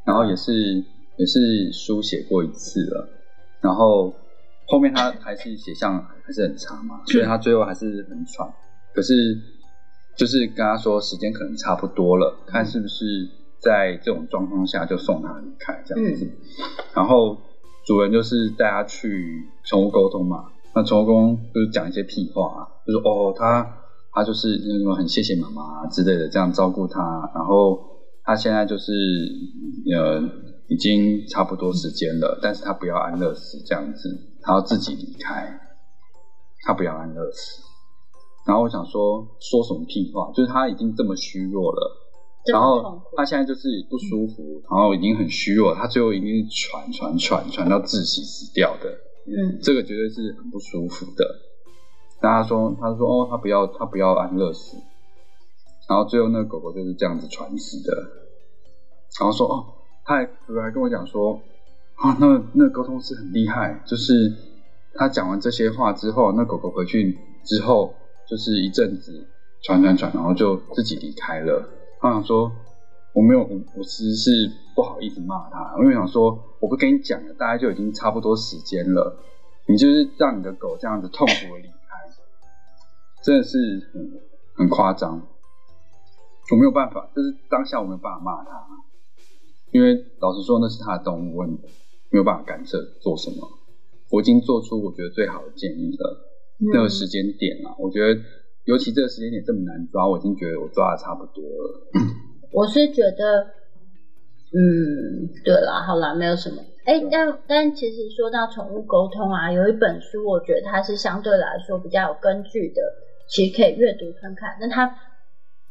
[SPEAKER 1] 然后也是也是输血过一次了，然后后面他还是血象还是很差嘛，所以他最后还是很喘，可是就是跟他说时间可能差不多了，看是不是在这种状况下就送他离开这样子，然后主人就是带他去宠物沟通嘛，那宠物沟通就是讲一些屁话、啊，就是哦，他他就是那种很谢谢妈妈、之类的，这样照顾他。然后他现在就是呃，已经差不多时间了，但是他不要安乐死这样子，他要自己离开，他不要安乐死。然后我想说，说什么屁话？就是他已经这么虚弱了，
[SPEAKER 2] 这
[SPEAKER 1] 然
[SPEAKER 2] 么痛
[SPEAKER 1] 后
[SPEAKER 2] 苦。
[SPEAKER 1] 他现在就是不舒服，然后已经很虚弱，他最后一定是喘喘喘喘到窒息死掉的。
[SPEAKER 2] 嗯，
[SPEAKER 1] 这个绝对是很不舒服的。然后他说，他说哦，他不要，他不要安乐死。然后最后那个狗狗就是这样子传死的。然后说哦，他还主人还跟我讲说，啊，那那个沟通师很厉害，就是他讲完这些话之后，那狗狗回去之后，就是一阵子传传传，然后就自己离开了。他想说，我没有，我我其实是不好意思骂他，因为想说，我不跟你讲了，大家就已经差不多时间了，你就是让你的狗这样子痛苦的离开，真的是很很夸张。我没有办法，就是当下我没有办法骂他，因为老实说那是他的动物，我也没有办法干涉做什么。我已经做出我觉得最好的建议了。
[SPEAKER 2] 嗯
[SPEAKER 1] 那个时间点啊，我觉得尤其这个时间点这么难抓，我已经觉得我抓的差不多了。
[SPEAKER 2] 我是觉得，嗯，对啦，好啦，没有什么。哎、
[SPEAKER 1] 对
[SPEAKER 2] 但但其实说到宠物沟通啊，有一本书，我觉得它是相对来说比较有根据的，其实可以阅读看看。那它，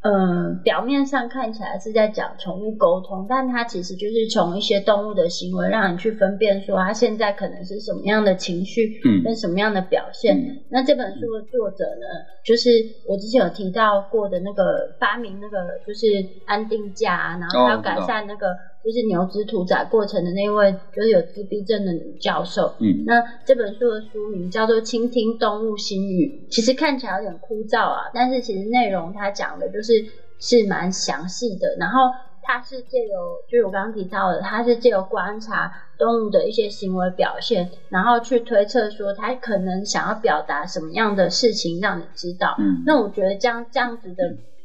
[SPEAKER 2] 嗯，表面上看起来是在讲宠物沟通，但它其实就是从一些动物的行为，让你去分辨说它现在可能是什么样的情绪
[SPEAKER 1] 嗯
[SPEAKER 2] 跟什么样的表现。
[SPEAKER 1] 嗯
[SPEAKER 2] 那这本书的作者呢，就是我之前有提到过的那个发明那个就是安定架啊，然后
[SPEAKER 1] 哦
[SPEAKER 2] 还有
[SPEAKER 1] 我知道
[SPEAKER 2] 改善那个就是牛只屠宰过程的那位就是有自闭症的女教授。
[SPEAKER 1] 嗯
[SPEAKER 2] 那这本书的书名叫做《倾听动物心语》，其实看起来有点枯燥啊，但是其实内容它讲的就是是蛮详细的。然后它是借由，就是我刚刚提到的，它是借由观察动物的一些行为表现，然后去推测说它可能想要表达什么样的事情让你知道。
[SPEAKER 1] 嗯，
[SPEAKER 2] 那我觉得这样这样子的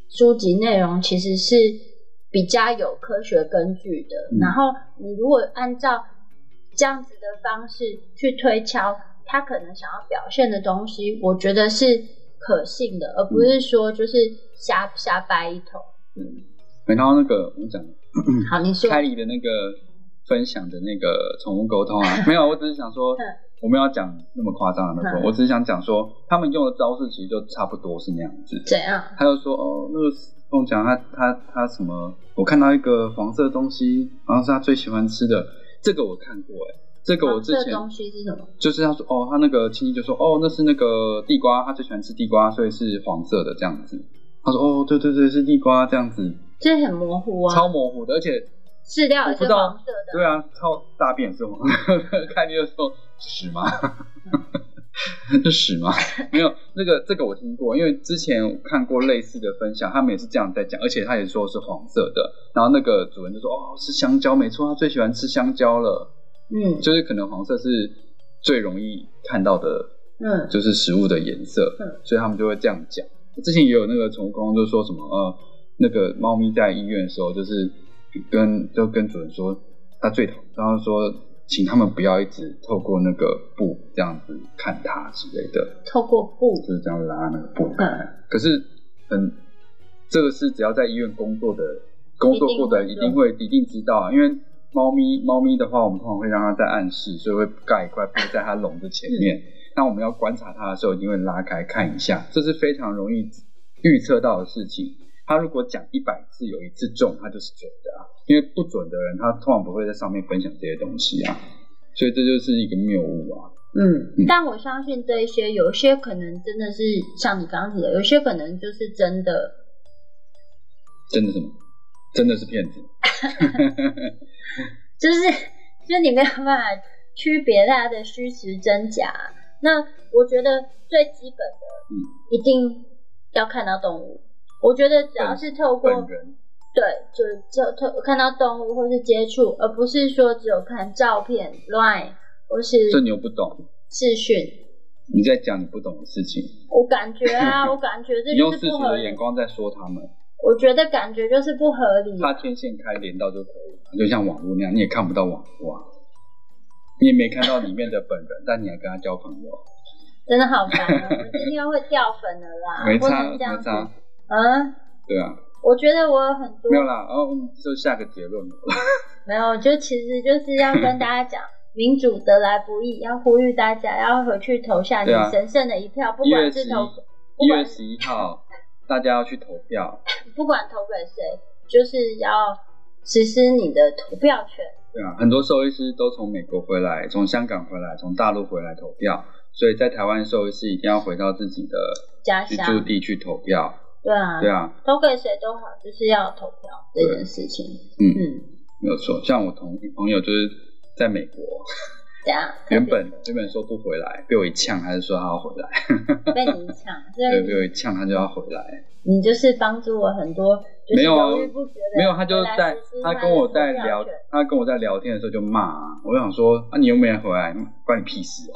[SPEAKER 2] 书籍内容其实是比较有科学根据的。
[SPEAKER 1] 嗯
[SPEAKER 2] 然后你如果按照这样子的方式去推敲他可能想要表现的东西，我觉得是可信的，而不
[SPEAKER 1] 嗯
[SPEAKER 2] 是说就是瞎瞎掰一通。
[SPEAKER 1] 然后那个我们讲
[SPEAKER 2] 好，你说
[SPEAKER 1] 凯里的那个分享的那个宠物沟通 啊，没有，我只是想说
[SPEAKER 2] 嗯，
[SPEAKER 1] 我没有要讲那么夸张的那
[SPEAKER 2] 嗯
[SPEAKER 1] 个，我只是想讲说，他们用的招式其实就差不多是那样子。
[SPEAKER 2] 怎样？
[SPEAKER 1] 他就说哦，那个跟我讲他他他什么，我看到一个黄色的东西，好像是他最喜欢吃的，这个我看过哎、这个我之
[SPEAKER 2] 黄色
[SPEAKER 1] 前
[SPEAKER 2] 东西是什么？
[SPEAKER 1] 就是他说哦，他那个亲戚就说哦，那是那个地瓜，他最喜欢吃地瓜，所以是黄色的这样子。他说哦，对对对，是地瓜这样子，
[SPEAKER 2] 这很模糊啊，
[SPEAKER 1] 超模糊的，而且
[SPEAKER 2] 饲料
[SPEAKER 1] 我
[SPEAKER 2] 也
[SPEAKER 1] 不
[SPEAKER 2] 是
[SPEAKER 1] 知道
[SPEAKER 2] 黄色的。
[SPEAKER 1] 对啊，超大便也是黄色的。 看你就说屎吗？ 是屎吗？没有，那个这个我听过，因为之前我看过类似的分享，他们也是这样在讲，而且他也说是黄色的。然后那个主人就说哦，是香蕉，没错，他最喜欢吃香蕉了，
[SPEAKER 2] 嗯
[SPEAKER 1] 就是可能黄色是最容易看到的
[SPEAKER 2] 嗯
[SPEAKER 1] 就是食物的颜色，
[SPEAKER 2] 嗯
[SPEAKER 1] 所以他们就会这样讲。之前也有那个宠物沟通，就说什么呃，那个猫咪在医院的时候，就是跟就跟主人说，它最讨，然后说请他们不要一直透过那个布这样子看它之类的，
[SPEAKER 2] 透过布，
[SPEAKER 1] 就是这样拉那个布。
[SPEAKER 2] 嗯，
[SPEAKER 1] 可是很，这个是只要在医院工作的工作过的人
[SPEAKER 2] 一
[SPEAKER 1] 一
[SPEAKER 2] 定
[SPEAKER 1] 定
[SPEAKER 2] 会
[SPEAKER 1] 会一定知道啊，因为猫咪猫咪的话，我们通常会让它在暗室，所以会盖一块布在它笼子前面。那我们要观察它的时候，一定会拉开看一下，这是非常容易预测到的事情。它如果讲一百次有一次中，它就是准的啊。因为不准的人，他通常不会在上面分享这些东西啊，所以这就是一个谬误啊。
[SPEAKER 2] 嗯
[SPEAKER 1] 嗯，
[SPEAKER 2] 但我相信这一些，有些可能真的是像你刚刚提的，有些可能就是真的，
[SPEAKER 1] 真的什么？真的是骗子？
[SPEAKER 2] 就是就是你没有办法区别它的虚实真假。那我觉得最基本的，
[SPEAKER 1] 嗯，
[SPEAKER 2] 一定要看到动物。我觉得只要是透过
[SPEAKER 1] 本人
[SPEAKER 2] 对，就是就透看到动物或是接触，而不是说只有看照片、Line 或是
[SPEAKER 1] 这你又不懂，
[SPEAKER 2] 视讯。
[SPEAKER 1] 你在讲你不懂的事情，
[SPEAKER 2] 我感觉 啊，我感觉这
[SPEAKER 1] 你
[SPEAKER 2] 就
[SPEAKER 1] 用
[SPEAKER 2] 是
[SPEAKER 1] 事
[SPEAKER 2] 不
[SPEAKER 1] 实
[SPEAKER 2] 合
[SPEAKER 1] 的
[SPEAKER 2] 理
[SPEAKER 1] 眼。光在说他们，
[SPEAKER 2] 我觉得感觉就是不合理。
[SPEAKER 1] 他天线开连到就可以了，就像网络那样，你也看不到网络啊，你也没看到里面的本人，但你还跟他交朋友，
[SPEAKER 2] 真的好烦、 啊，我们今天会掉粉的啦，
[SPEAKER 1] 没
[SPEAKER 2] 不
[SPEAKER 1] 差
[SPEAKER 2] 能
[SPEAKER 1] 没
[SPEAKER 2] 啊这样子。
[SPEAKER 1] 差，
[SPEAKER 2] 嗯，
[SPEAKER 1] 对啊，
[SPEAKER 2] 我觉得我有很多
[SPEAKER 1] 没有啦，哦，嗯就下个结论了，
[SPEAKER 2] 没有，就其实就是要跟大家讲，民主得来不易，要呼吁大家要回去投下你
[SPEAKER 1] 对啊
[SPEAKER 2] 神圣的一票，不
[SPEAKER 1] 一月
[SPEAKER 2] 管
[SPEAKER 1] 十
[SPEAKER 2] 是
[SPEAKER 1] 一
[SPEAKER 2] 投
[SPEAKER 1] 一月十一号，大家要去投票，
[SPEAKER 2] 不管投给谁，就是要实施你的投票权。
[SPEAKER 1] 对啊，很多兽医师都从美国回来，从香港回来，从大陆回来投票，所以在台湾兽医师一定要回到自己的
[SPEAKER 2] 家
[SPEAKER 1] 居
[SPEAKER 2] 乡
[SPEAKER 1] 住地去投票，
[SPEAKER 2] 对啊，
[SPEAKER 1] 对啊。
[SPEAKER 2] 投给谁都好，就是要投票这件事情。
[SPEAKER 1] 嗯
[SPEAKER 2] 嗯，
[SPEAKER 1] 没有错，像我同朋友就是在美 国，
[SPEAKER 2] 这样
[SPEAKER 1] 原本原本说不回来，被我一呛，他就说他要回来，
[SPEAKER 2] 被你 抢，所
[SPEAKER 1] 对，
[SPEAKER 2] 以
[SPEAKER 1] 被我一呛，他就要回来。
[SPEAKER 2] 你就是帮助我很多，就是
[SPEAKER 1] 没有啊
[SPEAKER 2] 犹豫不决的
[SPEAKER 1] 没有，他就
[SPEAKER 2] 来
[SPEAKER 1] 在
[SPEAKER 2] 实施
[SPEAKER 1] 他
[SPEAKER 2] 的
[SPEAKER 1] 跟我
[SPEAKER 2] 投
[SPEAKER 1] 在
[SPEAKER 2] 票
[SPEAKER 1] 聊
[SPEAKER 2] 权，
[SPEAKER 1] 他跟我在聊天的时候就骂啊，我想说啊，你又没回来，关你屁事哦。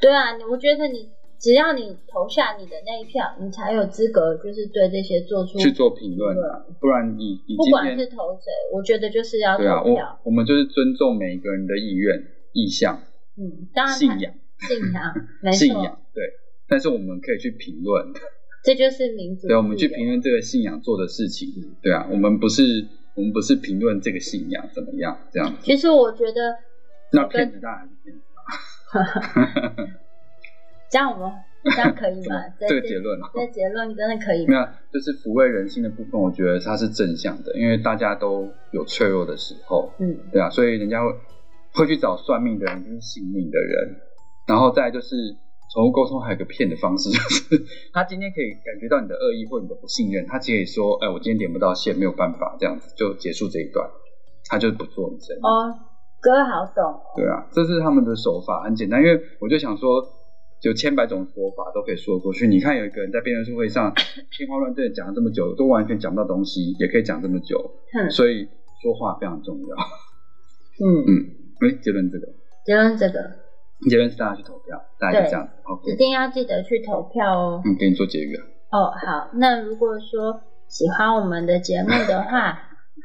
[SPEAKER 2] 对啊，你我觉得你只要你投下你的那一票，你才有资格就是对这些做出
[SPEAKER 1] 去做评论啊，不然你你
[SPEAKER 2] 嗯不
[SPEAKER 1] 今
[SPEAKER 2] 管
[SPEAKER 1] 天
[SPEAKER 2] 是投谁，我觉得就是要投
[SPEAKER 1] 对啊，
[SPEAKER 2] 票。
[SPEAKER 1] 我我们就是尊重每一个人的意愿、意向、
[SPEAKER 2] 嗯，当然
[SPEAKER 1] 信
[SPEAKER 2] 他
[SPEAKER 1] 仰、
[SPEAKER 2] 信 仰，没
[SPEAKER 1] 信
[SPEAKER 2] 错，
[SPEAKER 1] 仰，对。但是我们可以去评论，
[SPEAKER 2] 这就是民主自由。
[SPEAKER 1] 对，我们去评论这个信仰做的事情，对啊，我们不是我们不是评论这个信仰怎么样这样，
[SPEAKER 2] 其实我觉得
[SPEAKER 1] 那骗子当然是骗子，
[SPEAKER 2] 这样我们这样可以
[SPEAKER 1] 怎么
[SPEAKER 2] 吗？
[SPEAKER 1] 这个结论啊？
[SPEAKER 2] 这结论真的可以
[SPEAKER 1] 没
[SPEAKER 2] 吗？
[SPEAKER 1] 有，就是抚慰人心的部分，我觉得它是正向的，因为大家都有脆弱的时候，
[SPEAKER 2] 嗯，
[SPEAKER 1] 对啊，所以人家会会去找算命的人，就是信命的人，然后再来就是宠物沟通还有个骗的方式，就是 他今天可以感觉到你的恶意或你的不信任，他可以说，哎，我今天点不到线，没有办法，这样子就结束这一段，他就不做你生意。
[SPEAKER 2] 哦，哥好懂哦，
[SPEAKER 1] 对啊，这是他们的手法，很简单。因为我就想说，有千百种说法都可以说得过去。你看有一个人在辩论会上 天花乱坠地讲了这么久，都完全讲不到东西，也可以讲这么久，
[SPEAKER 2] 哼，
[SPEAKER 1] 所以说话非常重要。
[SPEAKER 2] 嗯，
[SPEAKER 1] 嗯，哎，结论这个，
[SPEAKER 2] 结论这个
[SPEAKER 1] 结论是大家去投票，大家就这样子。OK，
[SPEAKER 2] 一定要记得去投票哦。
[SPEAKER 1] 嗯，给你做结语啊。
[SPEAKER 2] 哦，好，那如果说喜欢我们的节目的话，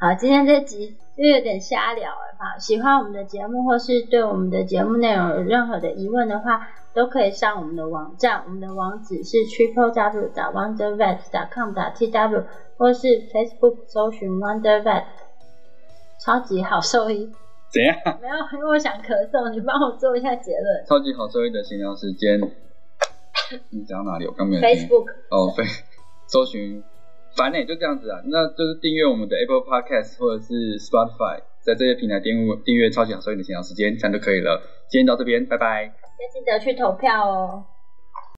[SPEAKER 2] 好，今天这集就有点瞎聊了哈。喜欢我们的节目，或是对我们的节目内容有任何的疑问的话，都可以上我们的网站，我们的网址是 triple w wonder vet com t w，或是 Facebook 搜寻 wonder vet 超级好兽医。
[SPEAKER 1] 怎样？
[SPEAKER 2] 没有，因为我想咳嗽，你帮我做一下结论。
[SPEAKER 1] 超级好收益的闲聊时间，你讲到哪里？我刚没有听。
[SPEAKER 2] Facebook
[SPEAKER 1] 哦，非搜寻，反正也就这样子啊。那就是订阅我们的 Apple Podcast 或者是 Spotify，在这些平台订阅订阅超级好收益的闲聊时间，这样就可以了。今天到这边，拜拜。
[SPEAKER 2] 要记得去投票哦。